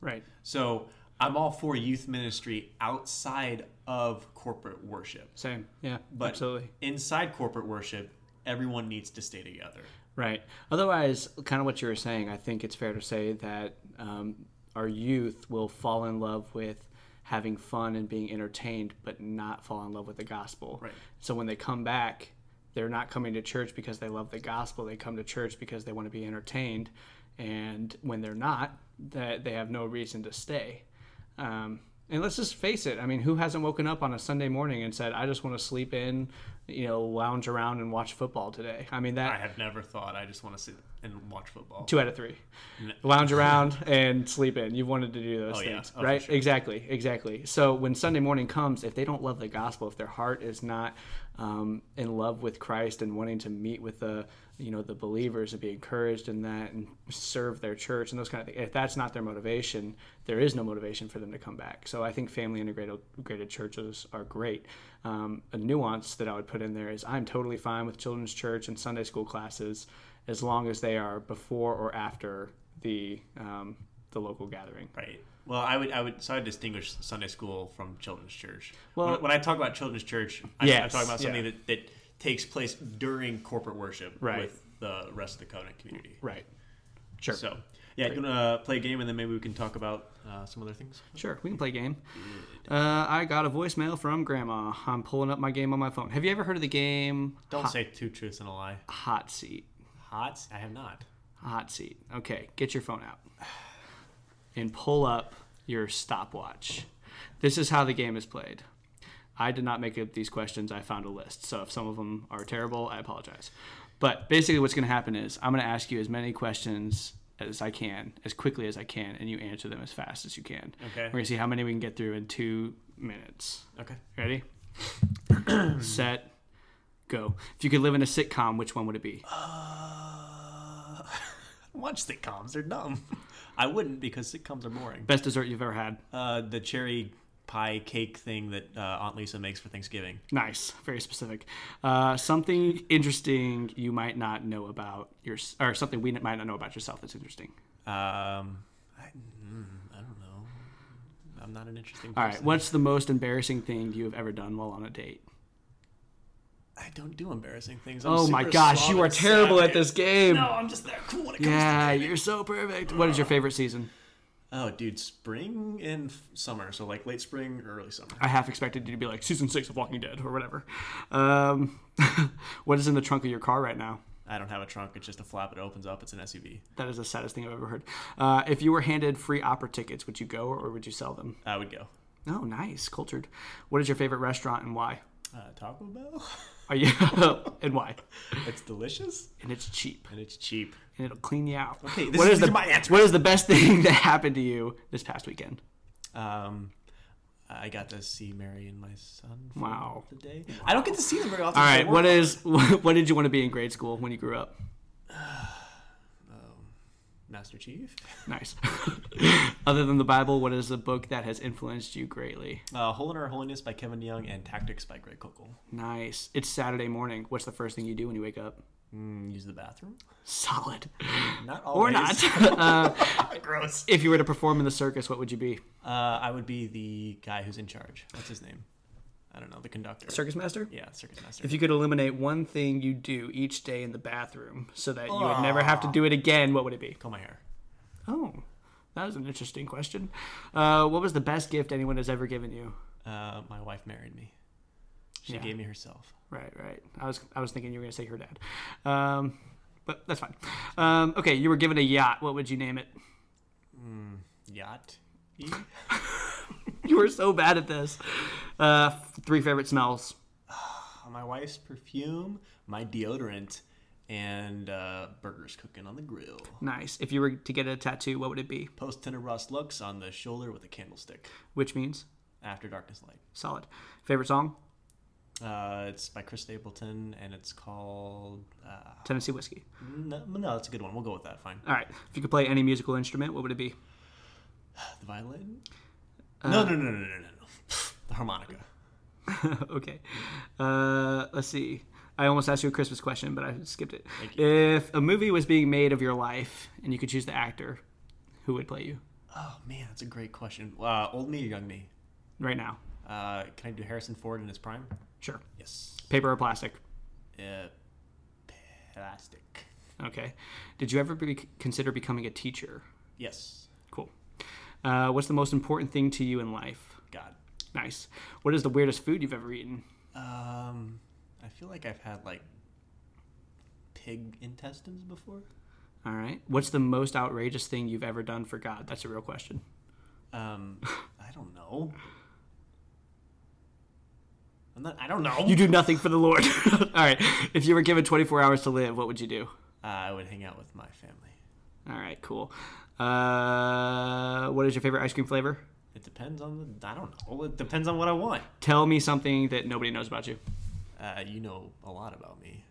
Speaker 4: right.
Speaker 3: So I'm all for youth ministry outside of corporate worship,
Speaker 4: Same. Yeah.
Speaker 3: but
Speaker 4: absolutely.
Speaker 3: inside corporate worship, everyone needs to stay together.
Speaker 4: Right. Otherwise, kind of what you were saying, I think it's fair to say that um, our youth will fall in love with having fun and being entertained, but not fall in love with the gospel.
Speaker 3: Right.
Speaker 4: So when they come back, they're not coming to church because they love the gospel. They come to church because they want to be entertained. And when they're not, that they have no reason to stay. Um, and let's just face it. I mean, who hasn't woken up on a Sunday morning and said, "I just want to sleep in, you know, lounge around and watch football today"? I mean, that
Speaker 3: I have never thought I just want to sit and watch football.
Speaker 4: two out of three lounge around and sleep in you've wanted to do those
Speaker 3: Oh, yeah.
Speaker 4: things
Speaker 3: Oh, for
Speaker 4: right
Speaker 3: sure.
Speaker 4: exactly exactly so when sunday morning comes if they don't love the gospel if their heart is not um, in love with christ and wanting to meet with the you know the believers and be encouraged in that and serve their church and those kind of things if that's not their motivation there is no motivation for them to come back so i think family integrated integrated churches are great um, a nuance that i would put in there is i'm totally fine with children's church and sunday school classes as long as they are before or after the um, the local gathering.
Speaker 3: Right. Well, I would, I would, so I distinguish Sunday school from children's church.
Speaker 4: Well-
Speaker 3: when, when I talk about children's church, I, I
Speaker 4: Yes,
Speaker 3: talk about something
Speaker 4: yeah.
Speaker 3: that, that takes place during corporate worship
Speaker 4: Right.
Speaker 3: with the rest of the covenant community.
Speaker 4: Right. Sure.
Speaker 3: So, yeah, you gonna play a game, and then maybe we can talk about uh, some other things.
Speaker 4: Sure, we can play a game. Uh, I got a voicemail from Grandma. I'm pulling up my game on my phone. Have you ever heard of the game
Speaker 3: Don't
Speaker 4: Hot,
Speaker 3: say two truths and a lie.
Speaker 4: Hot Seat?
Speaker 3: Hot? I have not.
Speaker 4: Hot seat. Okay, get your phone out and pull up your stopwatch. This is how the game is played. I did not make up these questions. I found a list. So if some of them are terrible, I apologize. But basically, what's going to happen is I'm going to ask you as many questions as I can, as quickly as I can, and you answer them as fast as you can.
Speaker 3: Okay.
Speaker 4: We're going to see how many we can get through in two minutes.
Speaker 3: Okay.
Speaker 4: Ready? Set. Go. If you could live in a sitcom, which one would it be? Uh,
Speaker 3: Watch sitcoms. They're dumb. I wouldn't because sitcoms are boring.
Speaker 4: Best dessert you've ever had.
Speaker 3: Uh, the cherry pie cake thing that uh, Aunt Lisa makes for Thanksgiving.
Speaker 4: Nice, very specific. Uh, something interesting you might not know about your, or something we might not know about yourself that's interesting.
Speaker 3: Um, I, mm, I don't know. I'm not an interesting
Speaker 4: All
Speaker 3: person.
Speaker 4: right, what's the most embarrassing thing you have ever done while on a date?
Speaker 3: I don't do embarrassing things. I'm
Speaker 4: Oh my
Speaker 3: super
Speaker 4: gosh,
Speaker 3: suave
Speaker 4: you are
Speaker 3: and
Speaker 4: terrible
Speaker 3: savage.
Speaker 4: at this game.
Speaker 3: No, I'm just that cool when it comes
Speaker 4: yeah, you're so perfect. What is your favorite season?
Speaker 3: to. Oh, dude, spring and f- summer. So like late spring, early summer.
Speaker 4: I half expected you to be like season six of Walking Dead or whatever. Um, what is in the trunk of your car right now?
Speaker 3: I don't have a trunk. It's just a flap. It opens up. It's an SUV.
Speaker 4: That is the saddest thing I've ever heard. Uh, if you were handed free opera tickets, would you go or would you sell them?
Speaker 3: I would go.
Speaker 4: Oh, nice, cultured. What is your favorite restaurant and why?
Speaker 3: Uh, Taco Bell.
Speaker 4: Are you and why?
Speaker 3: it's delicious
Speaker 4: And it's cheap,
Speaker 3: and it's cheap.
Speaker 4: and it'll clean you out.
Speaker 3: Okay, this
Speaker 4: what
Speaker 3: is-
Speaker 4: the
Speaker 3: these are my answers.
Speaker 4: what is the best thing that happened to you this past weekend?
Speaker 3: Um, I got to see Mary and my son for
Speaker 4: Wow.
Speaker 3: the day. I don't get to see them very often.
Speaker 4: All
Speaker 3: 'cause I
Speaker 4: right,
Speaker 3: work.
Speaker 4: what is what, what did you want to be in grade school when you grew up?
Speaker 3: Master Chief?
Speaker 4: Nice. Other than the Bible, what is a book that has influenced you greatly?
Speaker 3: Uh, Hole in Our Holiness by Kevin Young and Tactics by Greg Kochel.
Speaker 4: Nice. It's Saturday morning. What's the first thing you do when you wake up?
Speaker 3: Mm, use the bathroom?
Speaker 4: Solid.
Speaker 3: Not
Speaker 4: Or
Speaker 3: always.
Speaker 4: not. uh,
Speaker 3: Gross.
Speaker 4: if you were to perform in the circus, what would you be?
Speaker 3: Uh, I would be the guy who's in charge. What's his name? I don't know. The conductor.
Speaker 4: Circus master?
Speaker 3: yeah, circus master.
Speaker 4: If you could eliminate one thing you do each day in the bathroom so that you would never have to do it again, what would it be?
Speaker 3: Comb my hair.
Speaker 4: Oh, that was an interesting question. Uh, what was the best gift anyone has ever given you?
Speaker 3: Uh, my wife married me. She
Speaker 4: Yeah.
Speaker 3: gave me herself.
Speaker 4: Right, right. I was, I was thinking you were gonna say her dad, um, but that's fine. Um, okay, you were given a yacht. What would you name it?
Speaker 3: Yacht? E?
Speaker 4: You were so bad at this. Uh, three favorite smells.
Speaker 3: my wife's perfume, my deodorant, and uh, burgers cooking on the grill.
Speaker 4: Nice. If you were to get a tattoo, what would it be?
Speaker 3: Post Tender Rust Lux on the shoulder with a candlestick.
Speaker 4: Which means
Speaker 3: After Darkness Light.
Speaker 4: solid. Favorite song?
Speaker 3: Uh, it's by Chris Stapleton and it's called. Uh,
Speaker 4: Tennessee whiskey.
Speaker 3: no, no, that's a good one. We'll go with that. Fine.
Speaker 4: All right. If you could play any musical instrument, what would it be?
Speaker 3: The violin? no, no, no, no, no, no, no. The harmonica.
Speaker 4: okay. Uh, let's see. I almost asked you a Christmas question, but I skipped it.
Speaker 3: you.
Speaker 4: If a movie was being made of your life and you could choose the actor, who would play you
Speaker 3: Oh, man, that's a great question. Uh, old me or young me?
Speaker 4: right now?
Speaker 3: Uh, can I do Harrison Ford in his prime?
Speaker 4: Sure.
Speaker 3: Yes.
Speaker 4: Paper or plastic?
Speaker 3: Uh, plastic.
Speaker 4: Okay. Did you ever be, consider becoming a teacher?
Speaker 3: Yes.
Speaker 4: Cool. Uh, what's the most important thing to you in life?
Speaker 3: God.
Speaker 4: Nice. What is the weirdest food you've ever eaten?
Speaker 3: Um, I feel like I've had like pig intestines before.
Speaker 4: All right. What's the most outrageous thing you've ever done for God? That's a real question.
Speaker 3: Um, I don't know. I'm not. I don't know.
Speaker 4: You do nothing for the Lord. All right. If you were given 24 hours to live, what would you do?
Speaker 3: Uh, I would hang out with my family.
Speaker 4: All right, cool. Uh, what is your favorite ice cream flavor?
Speaker 3: It depends on the. I don't know. It depends on what I want.
Speaker 4: Tell me something that nobody knows about you.
Speaker 3: Uh, you know a lot about me.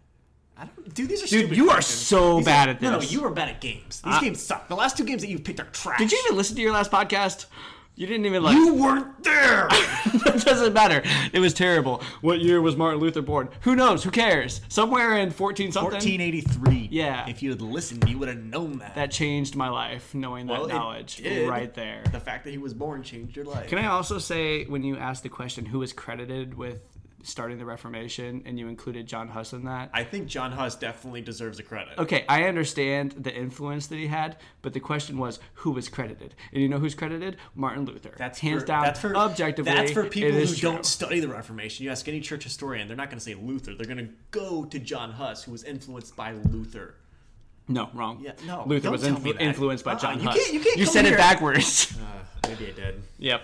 Speaker 3: I don't, dude, these are
Speaker 4: Dude,
Speaker 3: stupid
Speaker 4: you are
Speaker 3: questions.
Speaker 4: so
Speaker 3: These
Speaker 4: bad at
Speaker 3: No, no,
Speaker 4: this.
Speaker 3: you are bad at games. These games suck. The last two games that you picked are trash.
Speaker 4: Did you even listen to your last podcast? You didn't even like.
Speaker 3: You weren't there.
Speaker 4: it doesn't matter. It was terrible. What year was Martin Luther born? Who knows? Who cares? Somewhere in 14 something.
Speaker 3: 1483.
Speaker 4: Yeah.
Speaker 3: If you had listened, you would have known that.
Speaker 4: That changed my life, knowing that
Speaker 3: Well, it
Speaker 4: knowledge
Speaker 3: did.
Speaker 4: right there.
Speaker 3: The fact that he was born changed your life.
Speaker 4: Can I also say, when you asked the question who was credited with starting the Reformation and you included John Huss in that,
Speaker 3: I think John Huss definitely deserves a credit.
Speaker 4: Okay, I understand the influence that he had, but the question was who was credited, and you know who's credited? Martin Luther.
Speaker 3: That's
Speaker 4: hands
Speaker 3: for,
Speaker 4: down,
Speaker 3: That's for,
Speaker 4: objectively.
Speaker 3: That's for people
Speaker 4: it
Speaker 3: who
Speaker 4: is true.
Speaker 3: don't study the Reformation. You ask any church historian, they're not going to say Luther. They're going to go to John Huss, who was influenced by Luther.
Speaker 4: No, wrong.
Speaker 3: Yeah, no,
Speaker 4: Luther
Speaker 3: don't
Speaker 4: was
Speaker 3: tell
Speaker 4: influ-
Speaker 3: me that.
Speaker 4: influenced by
Speaker 3: Uh-uh,
Speaker 4: John
Speaker 3: you
Speaker 4: Huss.
Speaker 3: can't- you can't come
Speaker 4: said
Speaker 3: here-
Speaker 4: it backwards.
Speaker 3: Maybe I did.
Speaker 4: yep.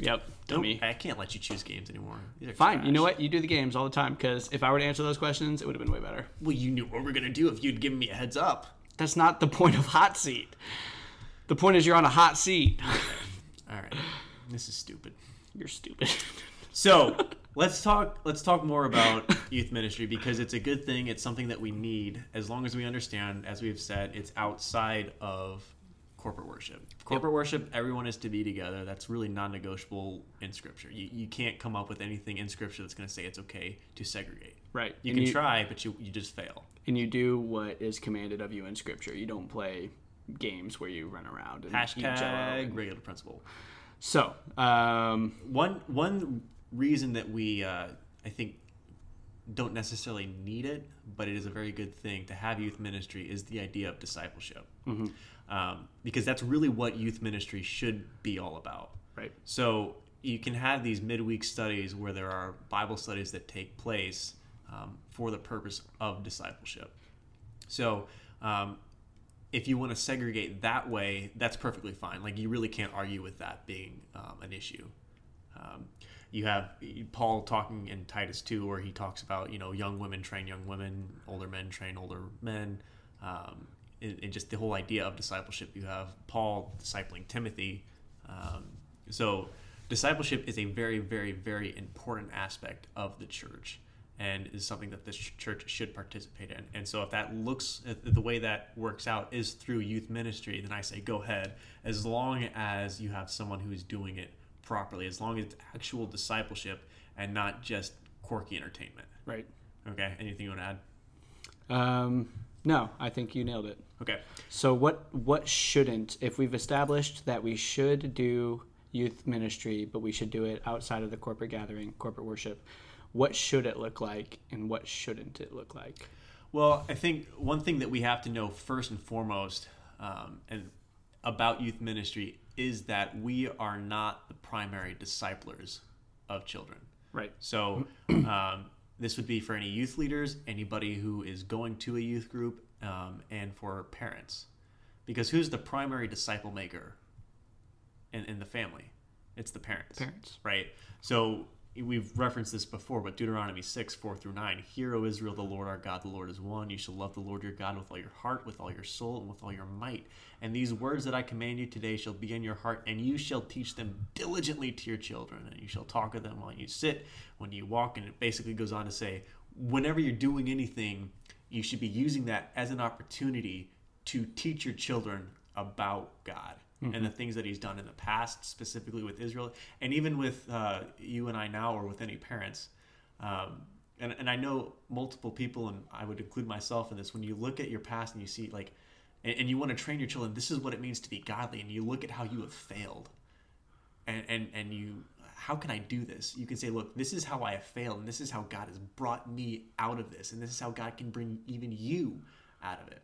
Speaker 4: Yep. Dummy.
Speaker 3: I can't let you choose games anymore. These are
Speaker 4: Fine. You know
Speaker 3: trash.
Speaker 4: what? You do the games all the time because if I were to answer those questions, it would have been way better.
Speaker 3: Well, you knew what we were gonna do if you'd given me a heads up.
Speaker 4: That's not the point of hot seat. The point is you're on a hot seat.
Speaker 3: All right, this is stupid.
Speaker 4: You're stupid.
Speaker 3: So let's talk. Let's talk more about youth ministry because it's a good thing. It's something that we need as long as we understand. As we've said, it's outside of corporate worship. Corporate worship, everyone is to be together. That's really non-negotiable in Scripture. You, you can't come up with anything in Scripture that's going to say it's okay to segregate.
Speaker 4: right.
Speaker 3: You
Speaker 4: and
Speaker 3: can
Speaker 4: you,
Speaker 3: try, but you you just fail.
Speaker 4: And you do what is commanded of you in Scripture. You don't play games where you run around and eat jello.
Speaker 3: Hashtag regular principle.
Speaker 4: So, um,
Speaker 3: one one reason that we uh, I think don't necessarily need it, but it is a very good thing to have youth ministry is the idea of discipleship, um, because that's really what youth ministry should be all about.
Speaker 4: right.
Speaker 3: So you can have these midweek studies where there are Bible studies that take place um, for the purpose of discipleship. So um, if you want to segregate that way, that's perfectly fine. Like you really can't argue with that being um, an issue. Um, you have Paul talking in Titus 2 where he talks about, you know, young women train young women, older men train older men. Um, and, and just the whole idea of discipleship. You have Paul discipling Timothy. Um, so discipleship is a very, very, very important aspect of the church and is something that this ch- church should participate in. And so if that looks, if the way that works out is through youth ministry, then I say go ahead, as long as you have someone who is doing it properly, as long as it's actual discipleship and not just quirky entertainment.
Speaker 4: Right.
Speaker 3: Okay, anything you want to add?
Speaker 4: Um, no, I think you nailed it.
Speaker 3: Okay.
Speaker 4: So what what shouldn't if we've established that we should do youth ministry, but we should do it outside of the corporate gathering, corporate worship, what should it look like and what shouldn't it look like?
Speaker 3: Well, I think one thing that we have to know first and foremost, um, and about youth ministry is that we are not the primary disciplers of children.
Speaker 4: Right.
Speaker 3: So um, this would be for any youth leaders, anybody who is going to a youth group, um, and for parents, because who's the primary disciple maker in, in the family? It's the parents.
Speaker 4: Parents.
Speaker 3: Right. So we've referenced this before, but Deuteronomy 6, 4 through 9. Hear, O Israel, the Lord our God, the Lord is one. You shall love the Lord your God with all your heart, with all your soul, and with all your might. And these words that I command you today shall be in your heart, and you shall teach them diligently to your children. And you shall talk of them while you sit, when you walk. And it basically goes on to say, whenever you're doing anything, you should be using that as an opportunity to teach your children about God and the things that He's done in the past, specifically with Israel, and even with uh, you and I now, or with any parents. Um, and, and I know multiple people, and I would include myself in this. When you look at your past and you see, like, and, and you want to train your children, this is what it means to be godly, and you look at how you have failed and and and you how can i do this you can say look this is how i have failed and this is how god has brought me out of this and this is how god can bring even you out of it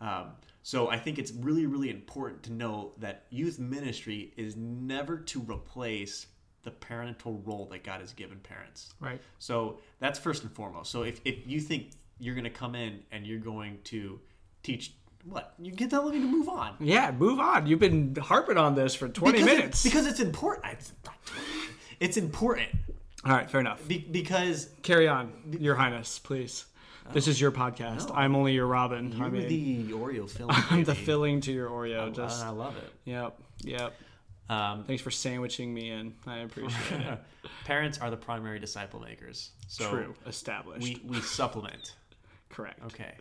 Speaker 3: um, so i think it's really really important to know that youth ministry is never to replace the parental role that god has given parents
Speaker 4: Right.
Speaker 3: so that's first and foremost. So if, if you think you're going to come in and you're going to teach what you get telling me to move on.
Speaker 4: Yeah, move on. You've been harping on this for 20
Speaker 3: Because it-
Speaker 4: minutes.
Speaker 3: because it's important. It's, it's important
Speaker 4: all right, fair enough.
Speaker 3: be, because
Speaker 4: Carry on, your highness, please. This is your podcast. I'm only your Robin. I
Speaker 3: you're
Speaker 4: mean,
Speaker 3: Oh. the Oreo film.
Speaker 4: I'm the
Speaker 3: baby. Uh,
Speaker 4: filling to your Oreo. just
Speaker 3: I love it.
Speaker 4: yep, yep.
Speaker 3: Um,
Speaker 4: Thanks for sandwiching me in. I appreciate it.
Speaker 3: parents are the primary disciple makers. So
Speaker 4: True. Established.
Speaker 3: We we supplement.
Speaker 4: Correct.
Speaker 3: Okay.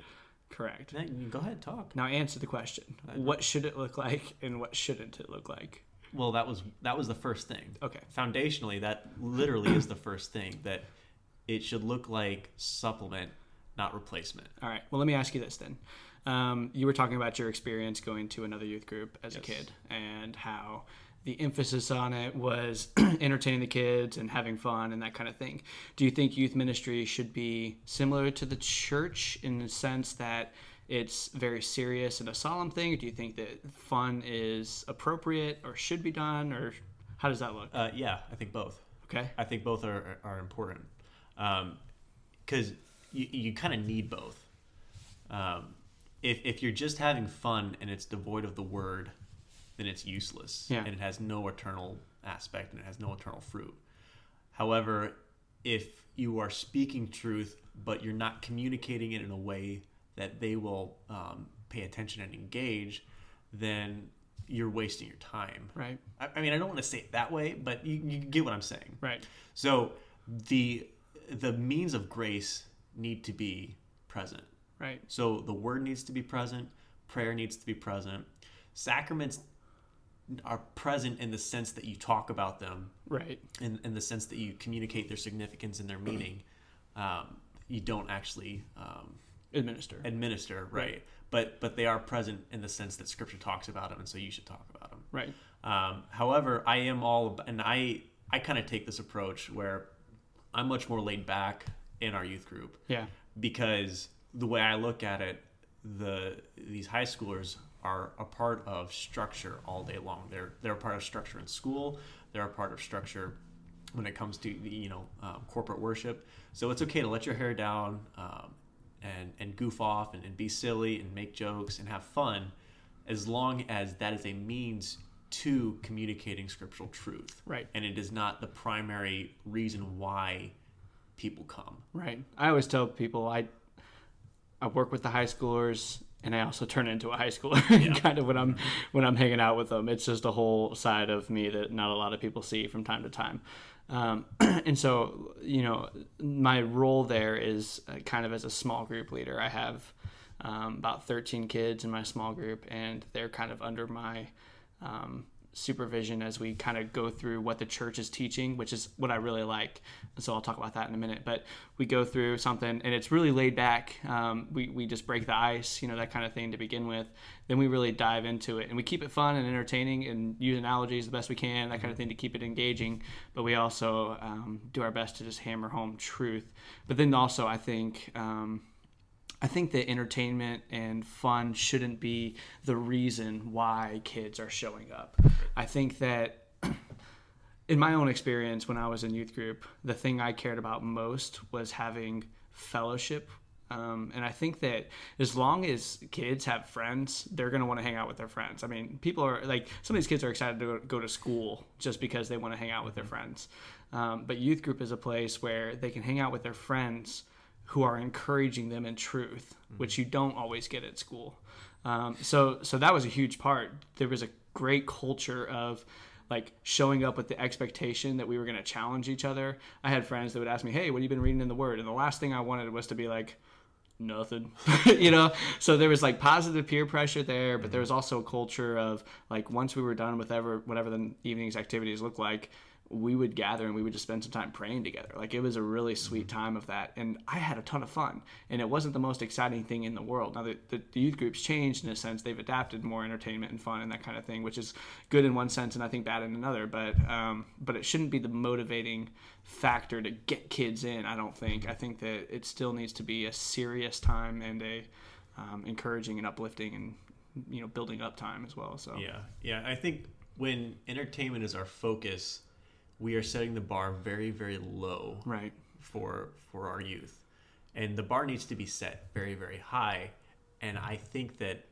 Speaker 4: Correct.
Speaker 3: Now, you Go ahead, talk.
Speaker 4: Now answer the question. What should it look like and what shouldn't it look like?
Speaker 3: Well, that was that was the first thing.
Speaker 4: Okay.
Speaker 3: Foundationally, that literally is the first thing that it should look like supplement, not replacement.
Speaker 4: All right. Well, let me ask you this then. Um, you were talking about your experience going to another youth group as a kid and how the emphasis on it was entertaining the kids and having fun and that kind of thing. Do you think youth ministry should be similar to the church in the sense that it's very serious and a solemn thing? Or do you think that fun is appropriate or should be done? Or how does that look?
Speaker 3: Uh, yeah, I think both.
Speaker 4: Okay.
Speaker 3: I think both are are important because you, you kind of need both. Um, if if you're just having fun and it's devoid of the word, then it's useless.
Speaker 4: Yeah.
Speaker 3: And it has no eternal aspect and it has no eternal fruit. However, if you are speaking truth but you're not communicating it in a way that they will um, pay attention and engage, then you're wasting your time.
Speaker 4: Right.
Speaker 3: I, I mean, I don't want to say it that way, but you, you get what I'm saying.
Speaker 4: Right.
Speaker 3: So the the means of grace need to be present.
Speaker 4: Right.
Speaker 3: So the word needs to be present, prayer needs to be present. Sacraments are present in the sense that you talk about them,
Speaker 4: Right.
Speaker 3: in, in the sense that you communicate their significance and their meaning. Um, you don't actually um,
Speaker 4: Administer.
Speaker 3: administer, right? But but they are present in the sense that Scripture talks about them, and so you should talk about them.
Speaker 4: right.
Speaker 3: Um, however, I am all ab- and I I kind of take this approach where I'm much more laid back in our youth group
Speaker 4: Yeah.
Speaker 3: because the way I look at it, the these high schoolers are a part of structure all day long. They're they're a part of structure in school. They're a part of structure when it comes to you know um, corporate worship. So it's okay to let your hair down um, and and goof off and, and be silly and make jokes and have fun, as long as that is a means to communicating scriptural truth.
Speaker 4: Right.
Speaker 3: And it is not the primary reason why people come.
Speaker 4: Right. I always tell people I I work with the high schoolers and I also turn into a high schooler kind of when I'm when I'm hanging out with them. It's just a whole side of me that not a lot of people see from time to time. Um, and so, you know, my role there is uh, kind of as a small group leader. I have um, about 13 kids in my small group, and they're kind of under my um, supervision as we kind of go through what the church is teaching, which is what I really like. So I'll talk about that in a minute. But we go through something, and it's really laid back. Um, we we just break the ice, you know, that kind of thing to begin with. Then we really dive into it, and we keep it fun and entertaining, and use analogies the best we can, that kind of thing to keep it engaging. But we also um, do our best to just hammer home truth. But then also, I think. Um, I think that entertainment and fun shouldn't be the reason why kids are showing up. I think that in my own experience when I was in youth group, the thing I cared about most was having fellowship. Um, and I think that as long as kids have friends, they're going to want to hang out with their friends. I mean, people are like, some of these kids are excited to go to school just because they want to hang out with their friends. Um, but youth group is a place where they can hang out with their friends who are encouraging them in truth, which you don't always get at school. Um, so so that was a huge part. There was a great culture of like showing up with the expectation that we were going to challenge each other. I had friends that would ask me, "Hey, what have you been reading in the Word?" And the last thing I wanted was to be like, "Nothing," you know. So there was like positive peer pressure there, but there was also a culture of like once we were done with ever whatever the evening's activities looked like, we would gather and we would just spend some time praying together. Like it was a really sweet time of that. And I had a ton of fun. And it wasn't the most exciting thing in the world. Now, the, the, the youth group's changed in a sense. They've adapted more entertainment and fun and that kind of thing, which is good in one sense and I think bad in another. But, um, but it shouldn't be the motivating factor to get kids in, I don't think. I think that it still needs to be a serious time and a um, encouraging and uplifting and, you know, building up time as well. So,
Speaker 3: Yeah, yeah. I think when entertainment is our focus, we are setting the bar very, very low
Speaker 4: right.
Speaker 3: for for our youth, and the bar needs to be set very, very high. And I think that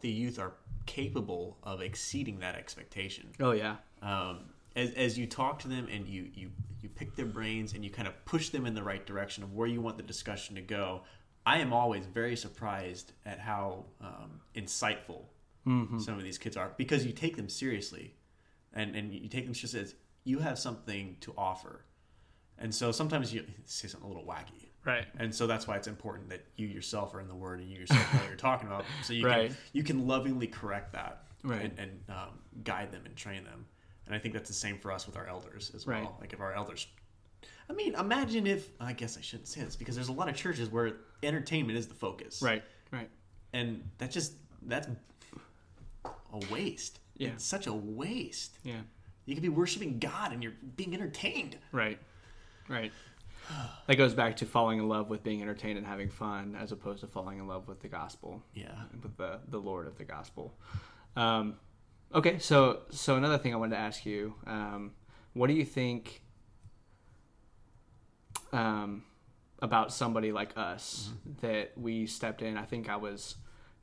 Speaker 3: the youth are capable of exceeding that expectation.
Speaker 4: Oh, yeah.
Speaker 3: Um, as, as you talk to them and you, you you pick their brains and you kind of push them in the right direction of where you want the discussion to go, I am always very surprised at how um, insightful some of these kids are because you take them seriously, and and you take them just as you have something to offer, and so sometimes you say something a little wacky.
Speaker 4: Right.
Speaker 3: And so that's why it's important that you yourself are in the word and you yourself know what you're talking about. So you
Speaker 4: Right.
Speaker 3: can you can lovingly correct that
Speaker 4: Right.
Speaker 3: and, and um, guide them and train them. And I think that's the same for us with our elders as well.
Speaker 4: Right.
Speaker 3: Like if our elders, I mean, imagine if I guess I shouldn't say this because there's a lot of churches where entertainment is the focus,
Speaker 4: Right. Right.
Speaker 3: And that just that's a waste.
Speaker 4: Yeah.
Speaker 3: it's such a waste.
Speaker 4: Yeah.
Speaker 3: You could be worshiping God and you're being entertained.
Speaker 4: Right. Right. That goes back to falling in love with being entertained and having fun as opposed to falling in love with the gospel,
Speaker 3: Yeah,
Speaker 4: with the, the Lord of the gospel. Um, okay, so so another thing I wanted to ask you, um, what do you think um, about somebody like us that we stepped in. I think I was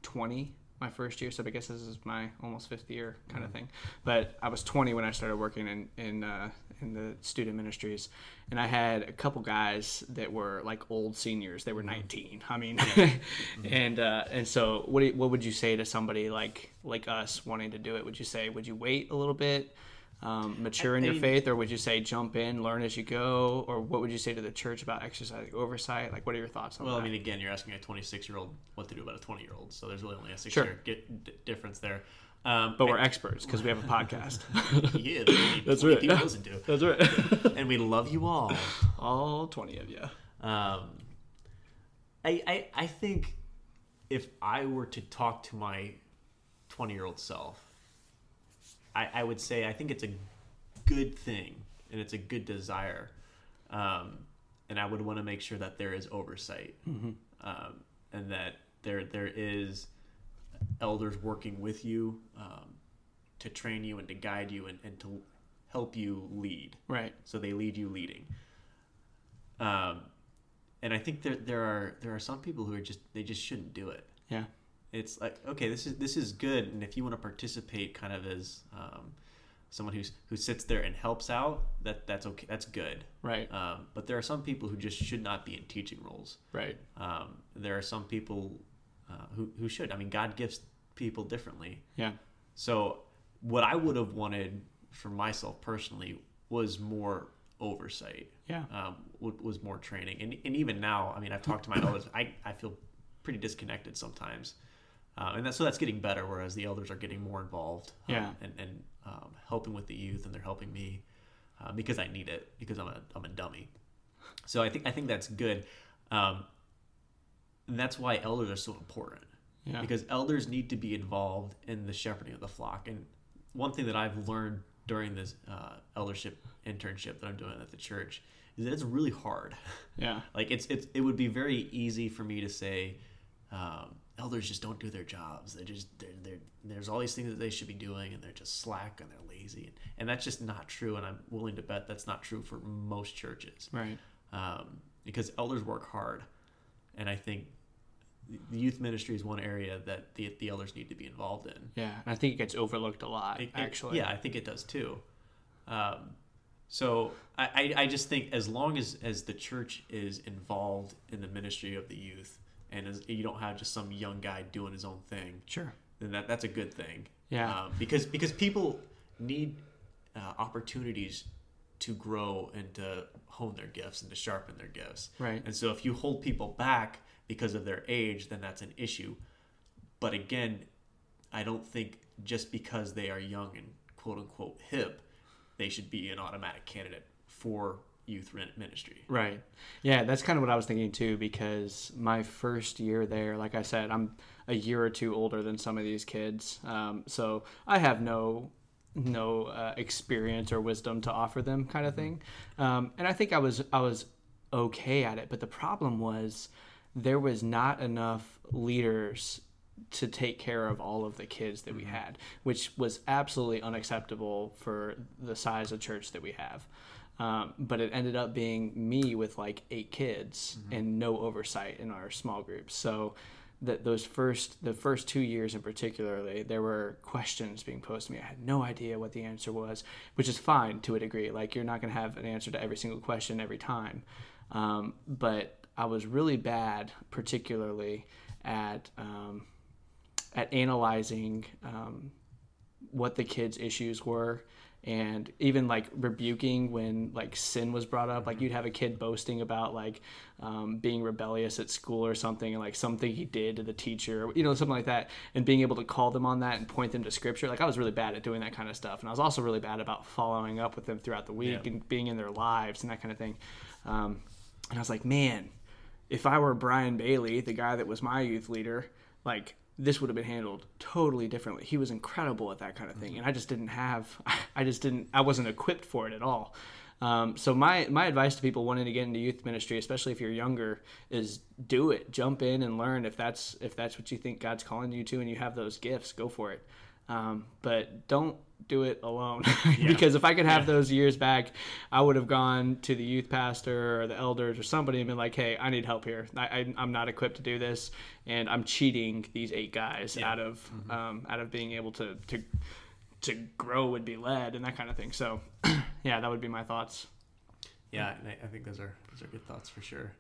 Speaker 4: 20 my first year, so I guess this is my almost fifth year kind of thing. But I was 20 when I started working in in uh, in the student ministries, and I had a couple guys that were like old seniors. They were 19. I mean, and uh, and so what do you, what would you say to somebody like like us wanting to do it? Would you say would you wait a little bit? um, mature in your faith, or would you say jump in, learn as you go, or what would you say to the church about exercising oversight? Like, what are your thoughts on
Speaker 3: Well, I
Speaker 4: that?
Speaker 3: mean, again, you're asking a 26 year old what to do about a 20 year old, so there's really only a six
Speaker 4: Sure.
Speaker 3: year get, d- difference there. Um,
Speaker 4: but we're experts because we have a podcast.
Speaker 3: yeah, there's only
Speaker 4: That's
Speaker 3: 20
Speaker 4: right.
Speaker 3: people listen to.
Speaker 4: That's right.
Speaker 3: and we love you all.
Speaker 4: All twenty of you.
Speaker 3: Um, I, I I think if I were to talk to my twenty year old self, I, I would say I think it's a good thing and it's a good desire, um, and I would want to make sure that there is oversight um, and that there there is elders working with you um, to train you and to guide you and, and to help you lead
Speaker 4: Right.
Speaker 3: so they lead you leading um, and i think there, there are there are some people who are just they just shouldn't do it
Speaker 4: Yeah.
Speaker 3: it's like okay this is this is good and if you want to participate kind of as um, someone who's who sits there and helps out that that's okay that's good
Speaker 4: Right.
Speaker 3: um, but there are some people who just should not be in teaching roles
Speaker 4: Right.
Speaker 3: um, there are some people uh, who, who should i mean god gifts people differently
Speaker 4: Yeah.
Speaker 3: so, what I would have wanted for myself personally was more oversight.
Speaker 4: Yeah.
Speaker 3: Um, wa- was more training, and and even now, I mean, I've talked to my elders. I I feel pretty disconnected sometimes, um, and that's so that's getting better. Whereas the elders are getting more involved. um,
Speaker 4: Yeah.
Speaker 3: And and um, helping with the youth, and they're helping me uh, because I need it because I'm a I'm a dummy. So I think I think that's good. Um, and that's why elders are so important
Speaker 4: Yeah.
Speaker 3: because elders need to be involved in the shepherding of the flock. And one thing that I've learned during this uh, eldership internship that I'm doing at the church is that it's really hard.
Speaker 4: Yeah.
Speaker 3: like it's, it's it would be very easy for me to say um, elders just don't do their jobs. They just they're, they're, there's all these things that they should be doing, and they're just slack and they're lazy, and, and that's just not true. And I'm willing to bet that's not true for most churches
Speaker 4: Right.
Speaker 3: um, because elders work hard, and I think the youth ministry is one area that the, the elders need to be involved in.
Speaker 4: Yeah. And I think it gets overlooked a lot,
Speaker 3: It- it-
Speaker 4: actually.
Speaker 3: yeah, I think it does too. Um, so I, I, I just think as long as as the church is involved in the ministry of the youth, and as, you don't have just some young guy doing his own thing,
Speaker 4: Sure.
Speaker 3: then that, that's a good thing.
Speaker 4: Yeah.
Speaker 3: Um, because because people need uh, opportunities to grow and to hone their gifts and to sharpen their gifts.
Speaker 4: Right.
Speaker 3: And so if you hold people back because of their age, then that's an issue. But again, I don't think just because they are young and quote unquote hip, they should be an automatic candidate for youth rent ministry.
Speaker 4: Right. Yeah, that's kind of what I was thinking too, because my first year there, like I said, I'm a year or two older than some of these kids, um, so I have no no uh, experience or wisdom to offer them, kind of thing. Um, and I think I was I was okay at it, but the problem was there was not enough leaders to take care of all of the kids that we had, which was absolutely unacceptable for the size of church that we have. Um, but it ended up being me with like eight kids and no oversight in our small groups. So that those first the first two years in particularly there were questions being posed to me i had no idea what the answer was which is fine to a degree like you're not going to have an answer to every single question every time um, but i was really bad particularly at um, at analyzing um, what the kids' issues were and even like rebuking when like sin was brought up like you'd have a kid boasting about like um, being rebellious at school or something and like something he did to the teacher you know something like that and being able to call them on that and point them to scripture like i was really bad at doing that kind of stuff and i was also really bad about following up with them throughout the week and being in their lives and that kind of thing um, and i was like man if I were Brian Bailey, the guy that was my youth leader, like this would have been handled totally differently. He was incredible at that kind of thing, and I just didn't have, I just didn't, I wasn't equipped for it at all. Um, so my my advice to people wanting to get into youth ministry, especially if you're younger, is do it, jump in and learn. If that's if that's what you think God's calling you to, and you have those gifts, go for it. Um, but don't do it alone because if I could have those years back, I would have gone to the youth pastor or the elders or somebody and been like, "Hey, I need help here. I, I, I'm not equipped to do this, and I'm cheating these eight guys out of um, out of being able to to to grow would be led and that kind of thing." So, yeah, that would be my thoughts.
Speaker 3: Yeah, and I, I think those are those are good thoughts for sure.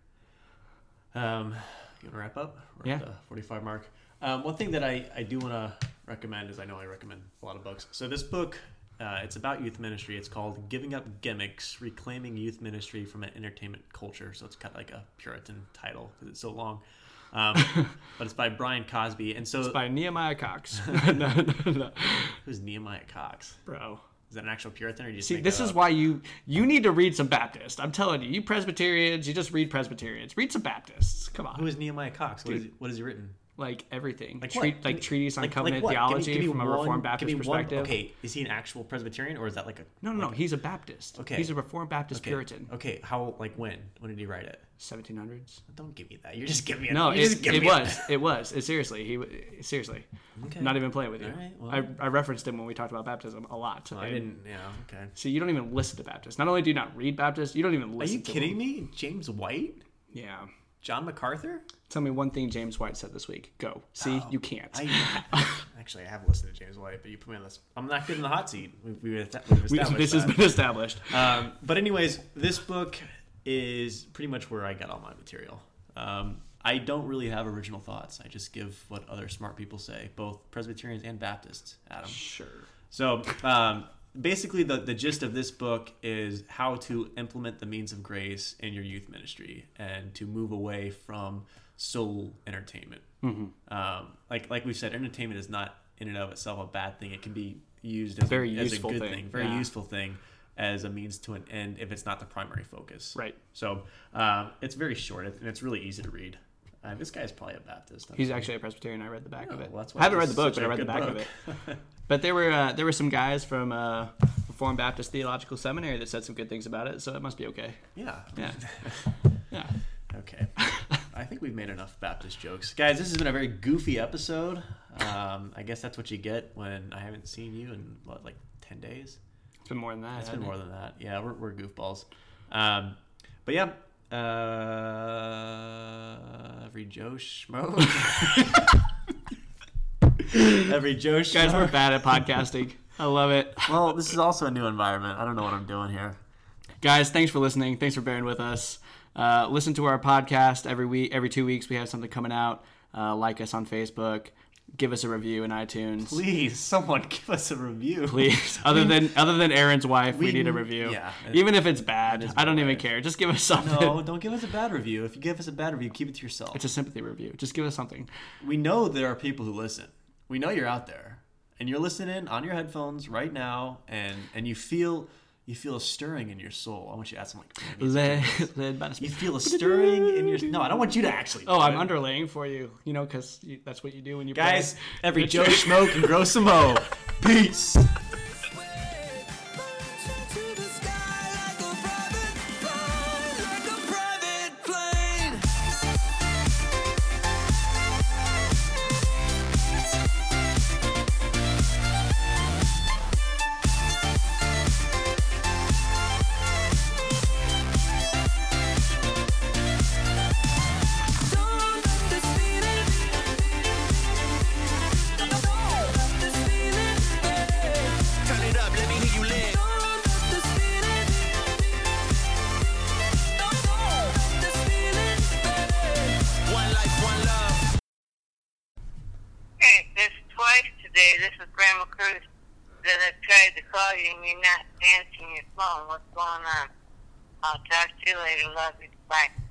Speaker 3: Um, you want to wrap up? We're at
Speaker 4: Yeah.
Speaker 3: the 45 mark. Um, one thing that I, I do want to recommend is I know I recommend a lot of books. So this book, uh, it's about youth ministry. It's called Giving Up Gimmicks, Reclaiming Youth Ministry from an Entertainment Culture. So it's got like a Puritan title because it's so long. Um, but it's by Brian Cosby. And so
Speaker 4: By Nehemiah Cox. no, no, no.
Speaker 3: who's Nehemiah Cox?
Speaker 4: Bro.
Speaker 3: Is that an actual Puritan or do you just
Speaker 4: See,
Speaker 3: make
Speaker 4: this
Speaker 3: that
Speaker 4: is
Speaker 3: up?
Speaker 4: why you you need to read some Baptist. I'm telling you, you Presbyterians, you just read Presbyterians. Read some Baptists. Come on,
Speaker 3: Who is Nehemiah Cox? What is, what is he written?
Speaker 4: like everything, like
Speaker 3: what?
Speaker 4: treat,
Speaker 3: Give
Speaker 4: like
Speaker 3: me-
Speaker 4: treatise on
Speaker 3: Like- like
Speaker 4: covenant
Speaker 3: what? Give me-
Speaker 4: theology
Speaker 3: give me
Speaker 4: from a
Speaker 3: one-
Speaker 4: Reformed
Speaker 3: give
Speaker 4: Baptist
Speaker 3: me one-
Speaker 4: perspective.
Speaker 3: okay, is he an actual Presbyterian or is that like a
Speaker 4: No, no, no. He's a Baptist.
Speaker 3: Okay.
Speaker 4: He's a Reformed Baptist
Speaker 3: Okay.
Speaker 4: Puritan.
Speaker 3: Okay, how like when? When did he write it?
Speaker 4: 1700s.
Speaker 3: Don't give me that. You're just giving me.
Speaker 4: No,
Speaker 3: you just
Speaker 4: it,
Speaker 3: give
Speaker 4: it
Speaker 3: me a-
Speaker 4: was. It was. It seriously. He w- seriously.
Speaker 3: Okay.
Speaker 4: Not even playing with you.
Speaker 3: All right, well.
Speaker 4: I, I referenced him when we talked about baptism a lot.
Speaker 3: I
Speaker 4: And-
Speaker 3: didn't. Yeah. Okay.
Speaker 4: See, you don't even listen to Baptists. Not only do you not read Baptists, you don't even
Speaker 3: Are
Speaker 4: listen.
Speaker 3: you
Speaker 4: to
Speaker 3: kidding me? James White,
Speaker 4: them. Yeah.
Speaker 3: John MacArthur.
Speaker 4: Tell me one thing James White said this week. Go. See, you can't.
Speaker 3: Oh, I actually I have listened to James White, but you put me on this. I'm not good in the hot seat. We've, we've established
Speaker 4: We- this has
Speaker 3: that.
Speaker 4: been established.
Speaker 3: um, but anyways, this book is pretty much where I got all my material. Um, I don't really have original thoughts. I just give what other smart people say, both Presbyterians and Baptists. Adam.
Speaker 4: Sure.
Speaker 3: So um, basically, the, the gist of this book is how to implement the means of grace in your youth ministry and to move away from soul entertainment.
Speaker 4: Mm-hmm.
Speaker 3: Um, like like we've said, entertainment is not in and of itself a bad thing. It can be used as,
Speaker 4: Very
Speaker 3: as a
Speaker 4: useful
Speaker 3: good
Speaker 4: thing,
Speaker 3: thing, very
Speaker 4: yeah.
Speaker 3: useful thing as a means to an end if it's not the primary focus.
Speaker 4: Right.
Speaker 3: So um, it's very short and it's really easy to read. Um, this guy's probably a Baptist.
Speaker 4: He's actually a Presbyterian. I read the back of it.
Speaker 3: Oh, well, that's why
Speaker 4: I haven't read
Speaker 3: it's
Speaker 4: the book,
Speaker 3: such
Speaker 4: but I
Speaker 3: a
Speaker 4: read the
Speaker 3: good
Speaker 4: back of it. But there were uh, there were some guys from uh, Reformed Baptist Theological Seminary that said some good things about it, so it must be okay.
Speaker 3: yeah.
Speaker 4: Yeah. yeah.
Speaker 3: Okay. I think we've made enough Baptist jokes. Guys, this has been a very goofy episode. Um, I guess that's what you get when I haven't seen you in, what, like 10 days?
Speaker 4: It's been more than that.
Speaker 3: It's been
Speaker 4: hasn't
Speaker 3: more
Speaker 4: it?
Speaker 3: than that. Yeah, we're, we're goofballs. Um, but yeah, uh, every Joe Schmo. every Joe Schmo.
Speaker 4: Guys, we're bad at podcasting. I love it.
Speaker 3: well, this is also a new environment. I don't know what I'm doing here.
Speaker 4: Guys, thanks for listening. Thanks for bearing with us. Uh, listen to our podcast every week. Every two weeks, we have something coming out. Uh, like us on Facebook. Give us a review in iTunes.
Speaker 3: Please, someone give us a review.
Speaker 4: please. Other than other than Aaron's wife, we,
Speaker 3: we-
Speaker 4: need a review.
Speaker 3: yeah.
Speaker 4: Even if it's bad, I don't even
Speaker 3: wife.
Speaker 4: care. Just give us something.
Speaker 3: No, don't give us a bad review. If you give us a bad review, keep it to yourself.
Speaker 4: It's a sympathy review. Just give us something.
Speaker 3: We know there are people who listen. We know you're out there and you're listening on your headphones right now and and you feel you feel a stirring in your soul. I want you to add some like man,
Speaker 4: Led, led by the
Speaker 3: you
Speaker 4: Spirit.
Speaker 3: feel a stirring in your No, I don't want you to actually. do
Speaker 4: Oh, I'm
Speaker 3: it.
Speaker 4: underlaying for you. You know, because that's what you do when you
Speaker 3: Guys,
Speaker 4: play.
Speaker 3: every
Speaker 4: Get
Speaker 3: Joe
Speaker 4: your-
Speaker 3: Schmo can grow some mo. Peace.
Speaker 5: Turn it up, let me hear you live. One life, one love.
Speaker 6: Hey, this twice today. This is Grandma Cruz that I tried to call you and you're not answering your phone. What's going on? I'll talk to you later. Love you. Bye.